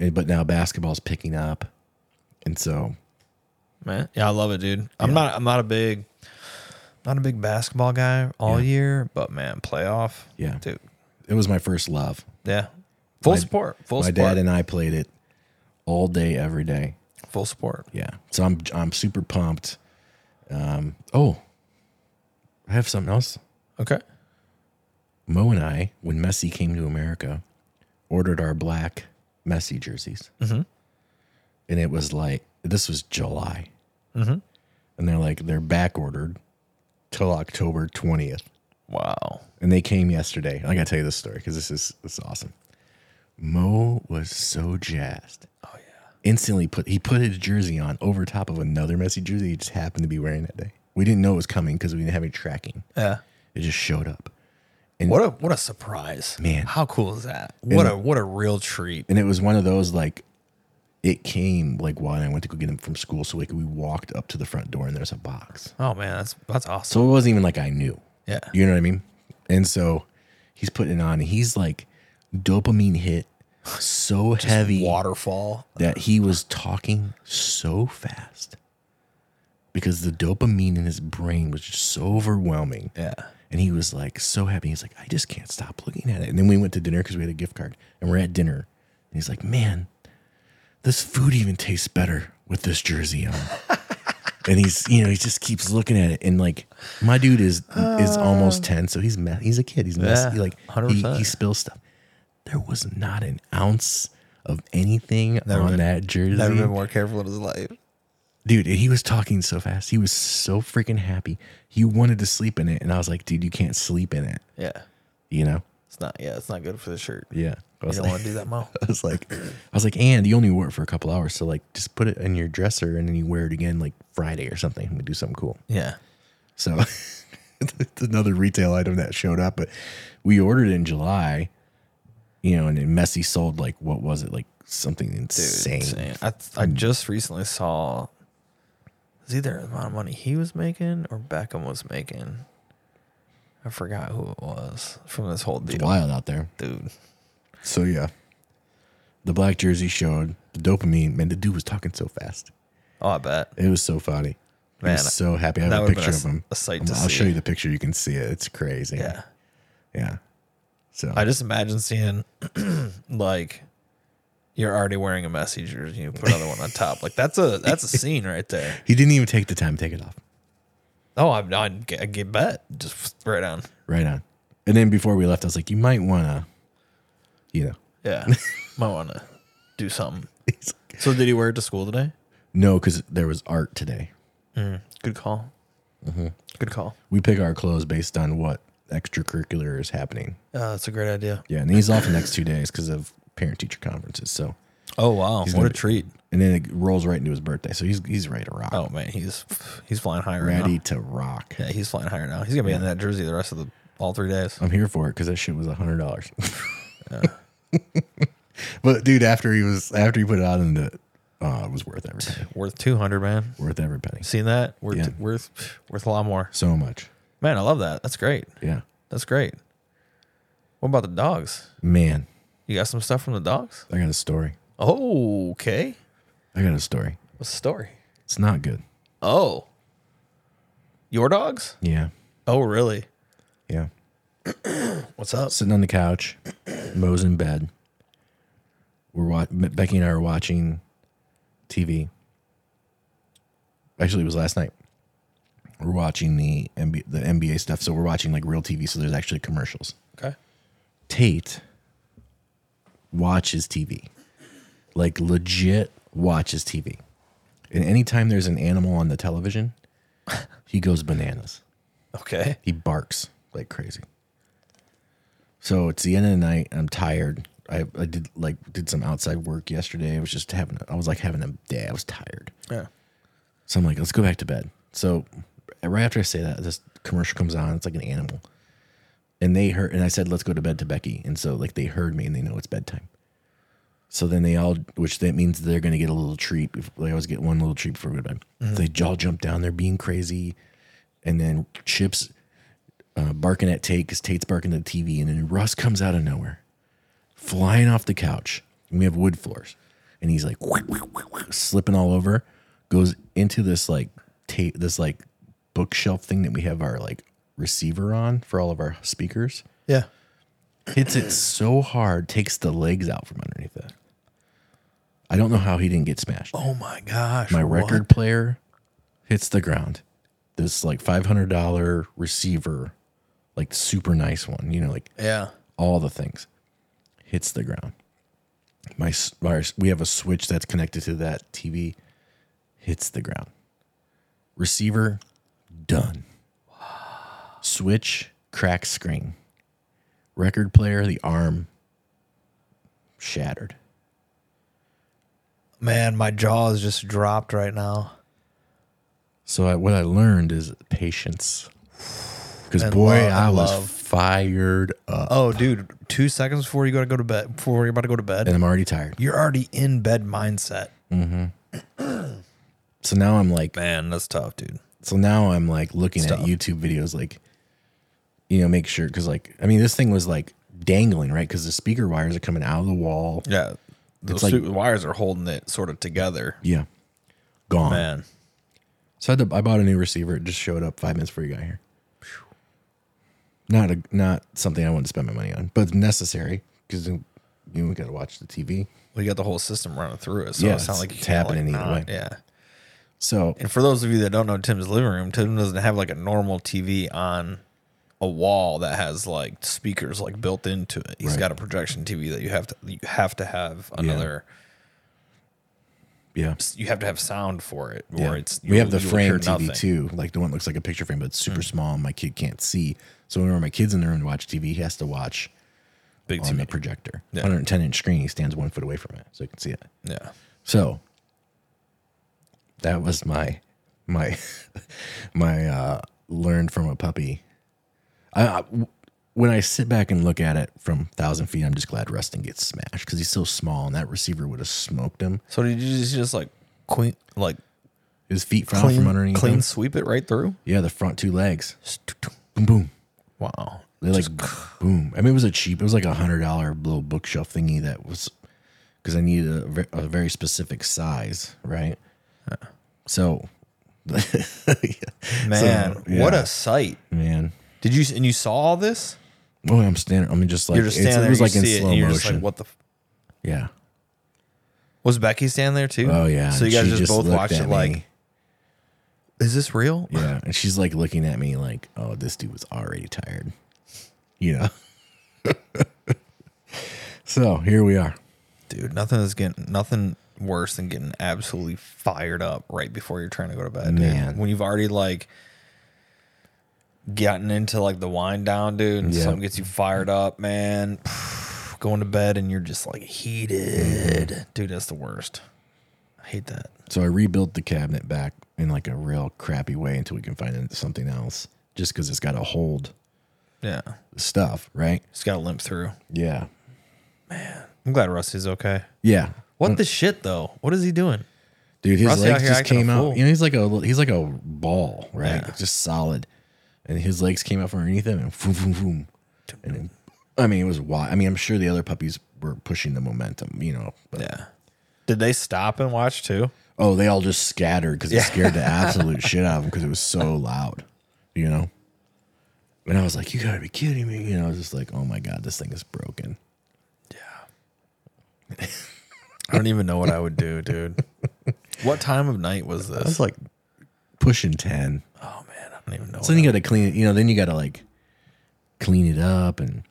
Speaker 1: eh, but now basketball's picking up, and so
Speaker 2: Man, yeah, I love it, dude. I'm not I'm not a big not a big basketball guy all year, but man, playoff.
Speaker 1: Yeah.
Speaker 2: Dude.
Speaker 1: it was my first love.
Speaker 2: Yeah. Full
Speaker 1: My-
Speaker 2: support. Full
Speaker 1: my
Speaker 2: support.
Speaker 1: dad and I played it all day, every day.
Speaker 2: full support.
Speaker 1: Yeah, so I'm I'm super pumped. Um, oh, I have something else.
Speaker 2: Okay.
Speaker 1: Mo and I, when Messi came to America, ordered our black Messi jerseys. And it was like, this was July. Mm-hmm. And they're like, they're back ordered till October 20th.
Speaker 2: Wow.
Speaker 1: And they came yesterday. I got to tell you this story because this is, this is awesome. Mo was so jazzed. Oh, yeah. Instantly put, he put his jersey on over top of another Messi jersey he just happened to be wearing that day. We didn't know it was coming because we didn't have any tracking.
Speaker 2: Yeah.
Speaker 1: It just showed up.
Speaker 2: What a what a surprise.
Speaker 1: Man.
Speaker 2: How cool is that? What a what a real treat.
Speaker 1: and it was one of those like it came like while I went to go get him from school, so like we walked up to the front door and there's a box.
Speaker 2: Oh man, that's that's awesome.
Speaker 1: So it wasn't even like I knew.
Speaker 2: Yeah.
Speaker 1: You know what I mean? And so he's putting it on and he's like dopamine hit so heavy
Speaker 2: Waterfall.
Speaker 1: that he was talking so fast because the dopamine in his brain was just so overwhelming.
Speaker 2: Yeah.
Speaker 1: And he was like so happy. He's like, I just can't stop looking at it. And then we went to dinner because we had a gift card and we're at dinner. And he's like, man, this food even tastes better with this jersey on. and he's, you know, he just keeps looking at it. And like, my dude is is almost 10. So he's me- he's a kid. He's messy.
Speaker 2: Oh. Yeah,
Speaker 1: like, he,
Speaker 2: 100%.
Speaker 1: he spills stuff. There was not an ounce of anything
Speaker 2: Never
Speaker 1: on
Speaker 2: been-
Speaker 1: that jersey
Speaker 2: Never been more careful in his life.
Speaker 1: dude he was talking so fast he was so freaking happy he wanted to sleep in it and i was like dude you can't sleep in it
Speaker 2: Yeah.
Speaker 1: you know
Speaker 2: It's not yeah, it's not good for the shirt.
Speaker 1: yeah i
Speaker 2: You
Speaker 1: was,
Speaker 2: don't
Speaker 1: like,
Speaker 2: want to do that, Mo.
Speaker 1: I was like i was like and you only wore it for a couple hours so like just put it in your dresser and then you wear it again like friday or something and we do something cool
Speaker 2: Yeah.
Speaker 1: so it's another retail item that showed up but we ordered it in july you know and then messi sold like what was it like something insane,
Speaker 2: Insane. I, I just recently saw it was either the amount of money he was making or Beckham was making. I forgot who it was from this whole
Speaker 1: It's
Speaker 2: deal.
Speaker 1: wild out there
Speaker 2: Dude.
Speaker 1: So yeah, the black jersey showed the dopamine. Man, the dude was talking so fast.
Speaker 2: Oh, I bet.
Speaker 1: It was so funny. I
Speaker 2: Man,
Speaker 1: was so happy. I
Speaker 2: that
Speaker 1: have a
Speaker 2: would've been
Speaker 1: picture
Speaker 2: a
Speaker 1: of him.
Speaker 2: s- a sight
Speaker 1: I'm-
Speaker 2: to
Speaker 1: I'll
Speaker 2: see.
Speaker 1: show you the picture. You can see it. It's crazy.
Speaker 2: Yeah.
Speaker 1: yeah. So
Speaker 2: I just imagine seeing like you're already wearing a messy jersey and you put another one on top. Like that's a that's a scene right there.
Speaker 1: he didn't even take the time to take it off.
Speaker 2: Oh, I'm I get, I get bet just right on.
Speaker 1: Right on. And then before we left, I was like, you might wanna, you know.
Speaker 2: Yeah, might want to do something.
Speaker 1: He's like,
Speaker 2: So did he wear it to school today?
Speaker 1: no, because there was art today.
Speaker 2: Good call. Good call.
Speaker 1: We pick our clothes based on what extracurricular is happening.
Speaker 2: Uh, that's a great idea.
Speaker 1: Yeah, and he's off the next two days because of parent teacher conferences. So
Speaker 2: Oh wow, what
Speaker 1: gonna
Speaker 2: a
Speaker 1: be-
Speaker 2: treat!
Speaker 1: and then it rolls right into his birthday. So he's he's ready to rock.
Speaker 2: Oh man, he's he's flying higher
Speaker 1: ready
Speaker 2: now.
Speaker 1: to rock.
Speaker 2: Yeah, he's flying higher now. He's gonna be in that jersey the rest of the all three days.
Speaker 1: I'm here for it because that shit was a hundred dollars. but dude, after he was after he put it out in the, uh, it was worth every penny.
Speaker 2: Worth two hundred, man.
Speaker 1: worth every penny.
Speaker 2: Seen that? Worth
Speaker 1: Yeah.
Speaker 2: worth worth a lot more.
Speaker 1: So much.
Speaker 2: Man, I love that. That's great.
Speaker 1: Yeah,
Speaker 2: That's great. What about the dogs?
Speaker 1: man,
Speaker 2: You got some stuff from the dogs?
Speaker 1: I got a story.
Speaker 2: Okay.
Speaker 1: I got a story.
Speaker 2: What's the story?
Speaker 1: It's not good.
Speaker 2: Oh. Your dogs?
Speaker 1: Yeah.
Speaker 2: Oh, really?
Speaker 1: Yeah.
Speaker 2: What's up?
Speaker 1: Sitting on the couch, Mo's in bed. We're wa- Becky and I are watching TV. Actually, it was last night. We're watching the NBA, the NBA stuff, so we're watching like real TV. So there's actually commercials.
Speaker 2: Okay.
Speaker 1: Tate watches TV, like legit watches TV. And anytime there's an animal on the television, he goes bananas.
Speaker 2: Okay.
Speaker 1: He barks like crazy. So it's the end of the night. I'm tired. I, I did like did some outside work yesterday. I was just having a, I was like having a day. I was tired.
Speaker 2: Yeah.
Speaker 1: So I'm like, let's go back to bed. So right after I say that, this commercial comes on. It's like an animal, and they heard. And I said, let's go to bed to Becky. And so like they heard me and they know it's bedtime. So then they all, which that means they're gonna get a little treat. bef- They always get one little treat before we go to bed. So they all jump down. They're being crazy, and then Chips uh, barking at Tate because Tate's barking at the TV, and then Russ comes out of nowhere, flying off the couch. And we have wood floors, and he's like slipping all over, goes into this like tape, this like bookshelf thing that we have our like receiver on for all of our speakers.
Speaker 2: Yeah.
Speaker 1: Hits it so hard, takes the legs out from underneath it. I don't know how he didn't get smashed.
Speaker 2: Oh my gosh.
Speaker 1: My
Speaker 2: what?
Speaker 1: record player hits the ground. This like five hundred dollar receiver, like super nice one. You know, like
Speaker 2: Yeah.
Speaker 1: all the things hits the ground. My, s- my we have a switch that's connected to that TV, hits the ground. Receiver done. Switch cracked screen. Record player the arm shattered.
Speaker 2: Man, my jaw is just dropped right now.
Speaker 1: So I, what I learned is patience. Because
Speaker 2: And
Speaker 1: boy,
Speaker 2: love,
Speaker 1: I was
Speaker 2: love.
Speaker 1: fired up,
Speaker 2: Oh, dude, two seconds before you gotta go to bed, before you're about to go to bed,
Speaker 1: and I'm already tired.
Speaker 2: you're already in bed mindset.
Speaker 1: So now I'm like,
Speaker 2: Man, that's tough, dude.
Speaker 1: so now I'm like looking
Speaker 2: Stuff.
Speaker 1: at YouTube videos, like, you know, make sure because like I mean, this thing was like dangling right because the speaker wires are coming out of the wall.
Speaker 2: Yeah.
Speaker 1: It's
Speaker 2: Those
Speaker 1: like-
Speaker 2: two wires are holding it sort of together.
Speaker 1: Yeah, gone.
Speaker 2: Man.
Speaker 1: So I, had to, I bought a new receiver. It just showed up five minutes before you got here. Not a not something I wanted to spend my money on, but necessary because you know, we got to watch the TV.
Speaker 2: We got the whole system running through it. So
Speaker 1: Yeah,
Speaker 2: it
Speaker 1: it's-
Speaker 2: sounds like you
Speaker 1: it's
Speaker 2: can't,
Speaker 1: happening
Speaker 2: like,
Speaker 1: either
Speaker 2: not-
Speaker 1: way.
Speaker 2: Yeah.
Speaker 1: So
Speaker 2: And for those of you that don't know Tim's living room, Tim doesn't have like a normal TV on a wall that has like speakers like built into it. He's
Speaker 1: Right.
Speaker 2: got a projection TV that you have to you have to have another
Speaker 1: yeah,
Speaker 2: you have to have sound for it. Or
Speaker 1: Yeah.
Speaker 2: it's
Speaker 1: we have
Speaker 2: you-
Speaker 1: the
Speaker 2: you will hear
Speaker 1: frame TV
Speaker 2: nothing. Mm.
Speaker 1: too, like the one that looks like a picture frame, but it's super small. And my kid can't see, so whenever my kid's in the room to watch TV, he has to watch
Speaker 2: Big
Speaker 1: on the
Speaker 2: TV.
Speaker 1: projector.
Speaker 2: Yeah.
Speaker 1: 110 inch screen. He stands one foot away from it, so you can see it.
Speaker 2: Yeah.
Speaker 1: So that was my my my uh, learned from a puppy. I, I- when I sit back and look at it from thousand feet, I'm just glad Rustin gets smashed because he's so small, and that receiver would have smoked him.
Speaker 2: So did you just, just like clean like
Speaker 1: His feet fell out from
Speaker 2: clean,
Speaker 1: underneath.
Speaker 2: clean
Speaker 1: him.
Speaker 2: sweep it right through?
Speaker 1: Yeah, the front two legs. Boom, boom.
Speaker 2: Wow.
Speaker 1: They like boom. I mean, it was a cheap. It was like a hundred dollar little bookshelf thingy that was because I needed a, ve- a very specific size, right? So,
Speaker 2: Man, what
Speaker 1: yeah.
Speaker 2: a sight.
Speaker 1: man.
Speaker 2: Did you and you saw all this?
Speaker 1: Oh, I'm standing. I'm just like
Speaker 2: You're just
Speaker 1: it's-
Speaker 2: standing there.
Speaker 1: It was
Speaker 2: you
Speaker 1: like in
Speaker 2: see it,
Speaker 1: slow
Speaker 2: and you're just
Speaker 1: motion.
Speaker 2: like, what the f-
Speaker 1: yeah.
Speaker 2: Was Becky standing there too?
Speaker 1: Oh yeah.
Speaker 2: So you
Speaker 1: And
Speaker 2: guys
Speaker 1: she
Speaker 2: just, both
Speaker 1: looked
Speaker 2: watched
Speaker 1: at
Speaker 2: it
Speaker 1: me.
Speaker 2: like, is this real?
Speaker 1: yeah, and she's like looking at me like, oh, this dude was already tired, you know. so here we are.
Speaker 2: Dude, nothing is getting nothing worse than getting absolutely fired up right before you're trying to go to bed. dude.
Speaker 1: Man.
Speaker 2: When you've already like gotten into like the wind down, dude, and
Speaker 1: Yeah.
Speaker 2: something gets you fired up, man. Going to bed and you're just like heated. Dude, that's the worst. I hate that.
Speaker 1: So I rebuilt the cabinet back in like a real crappy way until we can find something else, just because it's got to hold
Speaker 2: Yeah.
Speaker 1: the stuff, right?
Speaker 2: Just gotta limp through.
Speaker 1: Yeah,
Speaker 2: I'm glad Rusty's okay.
Speaker 1: yeah.
Speaker 2: What the shit though? What is he doing?
Speaker 1: Dude, his
Speaker 2: Rusty out
Speaker 1: legs
Speaker 2: here
Speaker 1: just
Speaker 2: acting a
Speaker 1: came out.
Speaker 2: fool.
Speaker 1: You know, he's like a he's like a ball, right?
Speaker 2: Yeah.
Speaker 1: Just solid, and his legs came out from underneath him, and boom, boom, boom. And then- I mean, it was wild. I mean, I'm sure the other puppies were pushing the momentum, you know. But
Speaker 2: Yeah. Did they stop and watch too?
Speaker 1: Oh, they all just scattered because it scared the absolute shit out of them because it was so loud, you know? And I was like, you gotta be kidding me. You know, I was just like, oh my God, this thing is broken.
Speaker 2: I don't even know what I would do, dude. What time of night was
Speaker 1: I was
Speaker 2: this?
Speaker 1: like pushing 10.
Speaker 2: oh man, I don't even know.
Speaker 1: So then you gotta clean it, you know, then you gotta like clean it up and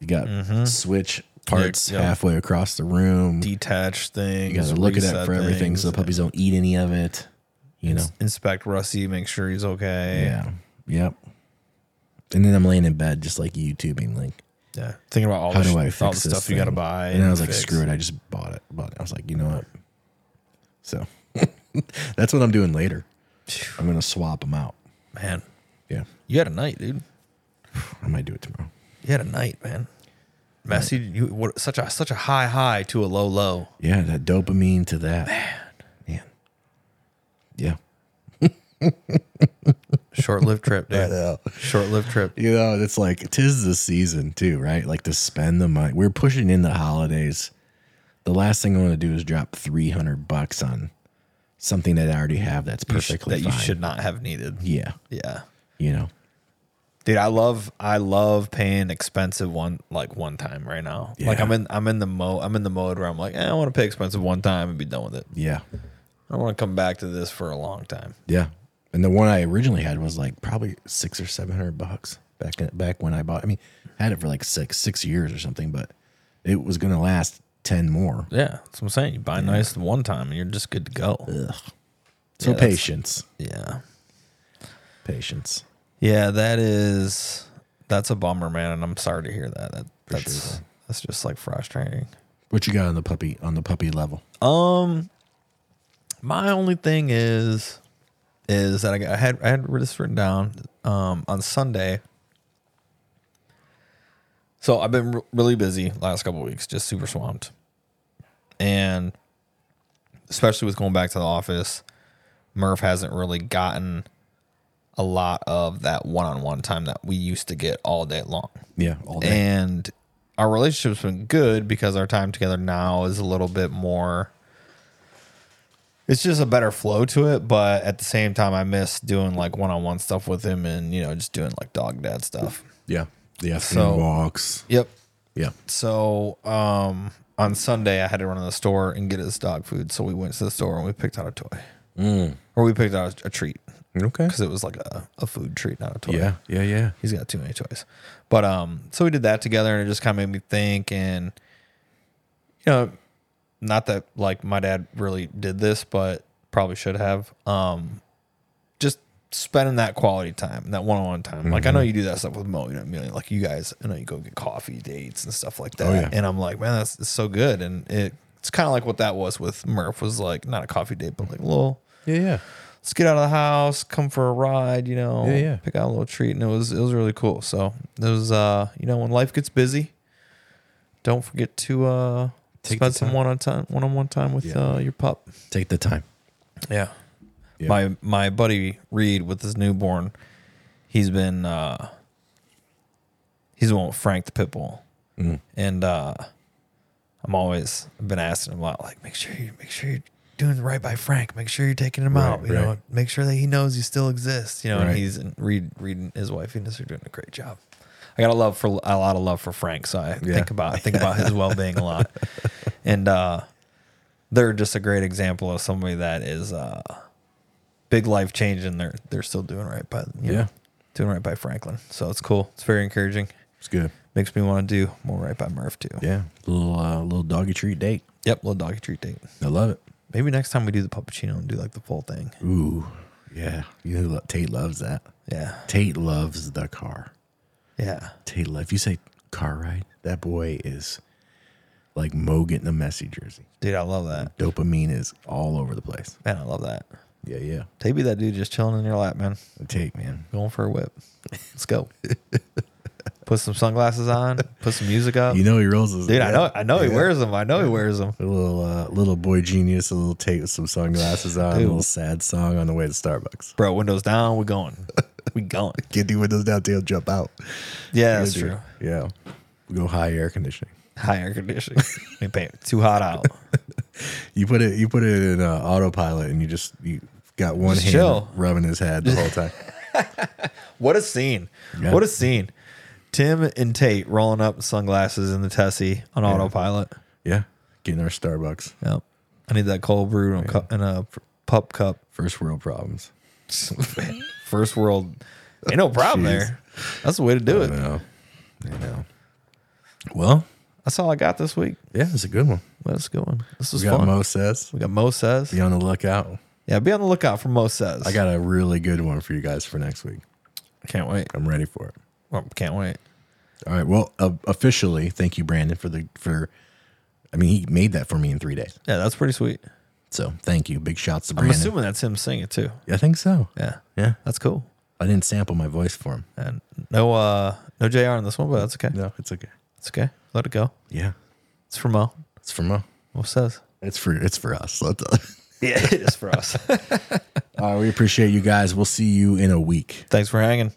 Speaker 1: you got
Speaker 2: Mm-hmm.
Speaker 1: switch parts
Speaker 2: yeah.
Speaker 1: halfway across the room.
Speaker 2: detach things.
Speaker 1: You gotta look at it
Speaker 2: reset
Speaker 1: for everything so the
Speaker 2: things,
Speaker 1: puppies don't eat any of it, you know?
Speaker 2: Inspect Rusty, make sure he's okay.
Speaker 1: Yeah. Yep. And then I'm laying in bed just like YouTubing, like,
Speaker 2: Yeah. Thinking about all
Speaker 1: how
Speaker 2: the,
Speaker 1: do
Speaker 2: sh-
Speaker 1: I
Speaker 2: all
Speaker 1: fix
Speaker 2: the
Speaker 1: this
Speaker 2: stuff you got to
Speaker 1: thing?
Speaker 2: buy.
Speaker 1: And, I was like,
Speaker 2: fix.
Speaker 1: screw it, I just bought it. Bought it. I was like, you know what? So that's what I'm doing later. I'm gonna swap them out.
Speaker 2: Man,
Speaker 1: Yeah,
Speaker 2: you had a night, dude.
Speaker 1: I might do it tomorrow.
Speaker 2: You had a night, man. Messy, you what, such a such a high high to a low low.
Speaker 1: Yeah, that dopamine to that. Man, man. Yeah.
Speaker 2: Short lived trip, dude. Short lived trip.
Speaker 1: You know, it's like tis the season too, right? Like to spend the money. We're pushing in the holidays. The last thing I want to do is drop three hundred bucks on something that I already have. That's
Speaker 2: You sh-
Speaker 1: perfectly
Speaker 2: that you
Speaker 1: fine.
Speaker 2: should not have needed.
Speaker 1: Yeah,
Speaker 2: Yeah.
Speaker 1: you know.
Speaker 2: Dude, I love I love paying expensive one like one time right now. Like
Speaker 1: Yeah.
Speaker 2: I'm in I'm in the mo I'm in the mode where I'm like, eh, I want to pay expensive one time and be done with it.
Speaker 1: Yeah,
Speaker 2: I don't want to come back to this for a long time.
Speaker 1: Yeah, and the one I originally had was like probably six or seven hundred bucks back in, back when I bought. I mean, had it for like six six years or something, but it was gonna last ten more.
Speaker 2: Yeah, that's what I'm saying. You buy nice the one time and you're just good to go.
Speaker 1: Ugh. So
Speaker 2: Yeah, that's-
Speaker 1: patience,
Speaker 2: Yeah.
Speaker 1: patience.
Speaker 2: Yeah, that is that's a bummer, man, and I'm sorry to hear that. that
Speaker 1: For sure,
Speaker 2: that's
Speaker 1: bro.
Speaker 2: that's just like frustrating.
Speaker 1: What you got on the puppy on the puppy level?
Speaker 2: Um, my only thing is, is that I, got- I had I had this written down um, on Sunday. So I've been re- really busy last couple weeks, just super swamped, and especially with going back to the office, Murph hasn't really gotten a lot of that one-on-one time that we used to get all day long
Speaker 1: Yeah, all day.
Speaker 2: and our relationship's been good because our time together now is a little bit more it's just a better flow to it but at the same time i miss doing like one-on-one stuff with him and you know just doing like dog dad stuff
Speaker 1: yeah, the afternoon
Speaker 2: So-
Speaker 1: walks.
Speaker 2: yep
Speaker 1: Yeah,
Speaker 2: so um on sunday i had to run to the store and get his dog food so we went to the store and we picked out a toy or we picked out a, a treat
Speaker 1: okay.
Speaker 2: because it was like a, a food treat not a toy
Speaker 1: Yeah, yeah, yeah.
Speaker 2: He's got too many toys. But um, so we did that together, and it just kind of made me think. And you know, not that like my dad really did this, but probably should have. Um, just spending that quality time, that one-on-one time. Like
Speaker 1: Mm-hmm.
Speaker 2: I know you do that stuff with Mo. You know, what I mean? like you guys, I know you go get coffee dates and stuff like that.
Speaker 1: Oh, yeah.
Speaker 2: And I'm like, man, that's, that's so good. And it it's kind of like what that was with Murph was like not a coffee date, but like a little
Speaker 1: Yeah, yeah.
Speaker 2: let's get out of the house, come for a ride, you know,
Speaker 1: Yeah, yeah.
Speaker 2: pick out a little treat, and it was it was really cool. So it was uh, you know, when life gets busy, don't forget to uh
Speaker 1: Take
Speaker 2: spend
Speaker 1: the
Speaker 2: some
Speaker 1: time.
Speaker 2: one on time one on one time with
Speaker 1: Yeah.
Speaker 2: uh, your pup.
Speaker 1: Take the time.
Speaker 2: Yeah.
Speaker 1: Yeah.
Speaker 2: My my buddy Reed with his newborn, he's been uh he's the one with Frank the Pitbull.
Speaker 1: Mm-hmm.
Speaker 2: And uh I'm always I've been asking him a lot, like, make sure you make sure you're doing right by Frank, make sure you're taking him
Speaker 1: Right,
Speaker 2: out, you know,
Speaker 1: right.
Speaker 2: make sure that he knows you still exist, you know, and
Speaker 1: Right.
Speaker 2: he's and Reed Reed and his wife Enos are doing a great job. I got a love for a lot of love for Frank, so I
Speaker 1: Yeah.
Speaker 2: think about I think about his well being a lot. And uh they're just a great example of somebody that is uh big life change and they're they're still doing right by you know,
Speaker 1: Yeah.
Speaker 2: doing right by Franklin. So it's cool. It's very encouraging.
Speaker 1: It's good.
Speaker 2: Makes me want to do more right by Murph too.
Speaker 1: Yeah, little uh, little doggy treat date.
Speaker 2: Yep, little doggy treat date.
Speaker 1: I love it.
Speaker 2: Maybe next time we do the puppuccino and do like the full thing.
Speaker 1: Ooh, yeah. You know, lo- Tate loves that.
Speaker 2: Yeah.
Speaker 1: Tate loves the car.
Speaker 2: Yeah.
Speaker 1: Tate love. If you say car ride, that boy is like Mo getting a messy jersey.
Speaker 2: Dude, I love that.
Speaker 1: Dopamine is all over the place.
Speaker 2: Man, I love that.
Speaker 1: Yeah, yeah.
Speaker 2: Take me that dude just chilling in your lap, man.
Speaker 1: Tate, man.
Speaker 2: Going for a whip. Let's go. put some sunglasses on, put some music up.
Speaker 1: You know he rolls his.
Speaker 2: dude, I know
Speaker 1: yeah.
Speaker 2: I know he
Speaker 1: Yeah.
Speaker 2: wears them. I know he wears them.
Speaker 1: A little uh, little boy genius, a little Tate with some sunglasses on, a
Speaker 2: Dude.
Speaker 1: little sad song on the way to Starbucks.
Speaker 2: Bro, windows down, we going. We going.
Speaker 1: Get the windows down, Tate will jump out.
Speaker 2: Yeah, that's
Speaker 1: Yeah, dude.
Speaker 2: true.
Speaker 1: Yeah. Go high air conditioning.
Speaker 2: High air conditioning. We paint too hot out.
Speaker 1: You put it. You put it in uh, autopilot, and you just you got one
Speaker 2: Just
Speaker 1: hand
Speaker 2: chill.
Speaker 1: rubbing his head the whole time.
Speaker 2: What a scene.
Speaker 1: Yeah.
Speaker 2: What a scene. Tim and Tate rolling up sunglasses in the Tessie on autopilot.
Speaker 1: yeah, getting our Starbucks.
Speaker 2: Yep. I need that cold brew in a, cup, in a pup cup.
Speaker 1: First world problems.
Speaker 2: First world. Ain't no problem
Speaker 1: Jeez. Oh,
Speaker 2: there. That's the way to do
Speaker 1: I
Speaker 2: it.
Speaker 1: know. I know. Well,
Speaker 2: That's all I got this week.
Speaker 1: yeah, it's a good one.
Speaker 2: Let's go on. This was
Speaker 1: We got
Speaker 2: fun.
Speaker 1: Mo says.
Speaker 2: we got Mo says.
Speaker 1: Be on the lookout.
Speaker 2: Yeah, be on the lookout for Mo says.
Speaker 1: I got a really good one for you guys for next week.
Speaker 2: Can't wait.
Speaker 1: I'm ready for it.
Speaker 2: Well, can't wait.
Speaker 1: All right. Well, uh, officially, thank you, Brandon, for the for. I mean, he made that for me in three days.
Speaker 2: Yeah, that's pretty sweet.
Speaker 1: So thank you. Big shouts to
Speaker 2: I'm
Speaker 1: Brandon.
Speaker 2: assuming that's him singing too.
Speaker 1: I think so.
Speaker 2: Yeah.
Speaker 1: Yeah.
Speaker 2: That's cool.
Speaker 1: I didn't sample my voice for him.
Speaker 2: And no uh no JR on this one, but that's okay.
Speaker 1: No, it's okay.
Speaker 2: It's okay. Let it go.
Speaker 1: Yeah.
Speaker 2: It's for Mo.
Speaker 1: It's for Mo.
Speaker 2: Mo says.
Speaker 1: It's for it's for us. Let's-
Speaker 2: Yeah, it is for us.
Speaker 1: All right, we appreciate you guys. We'll see you in a week.
Speaker 2: Thanks for hanging.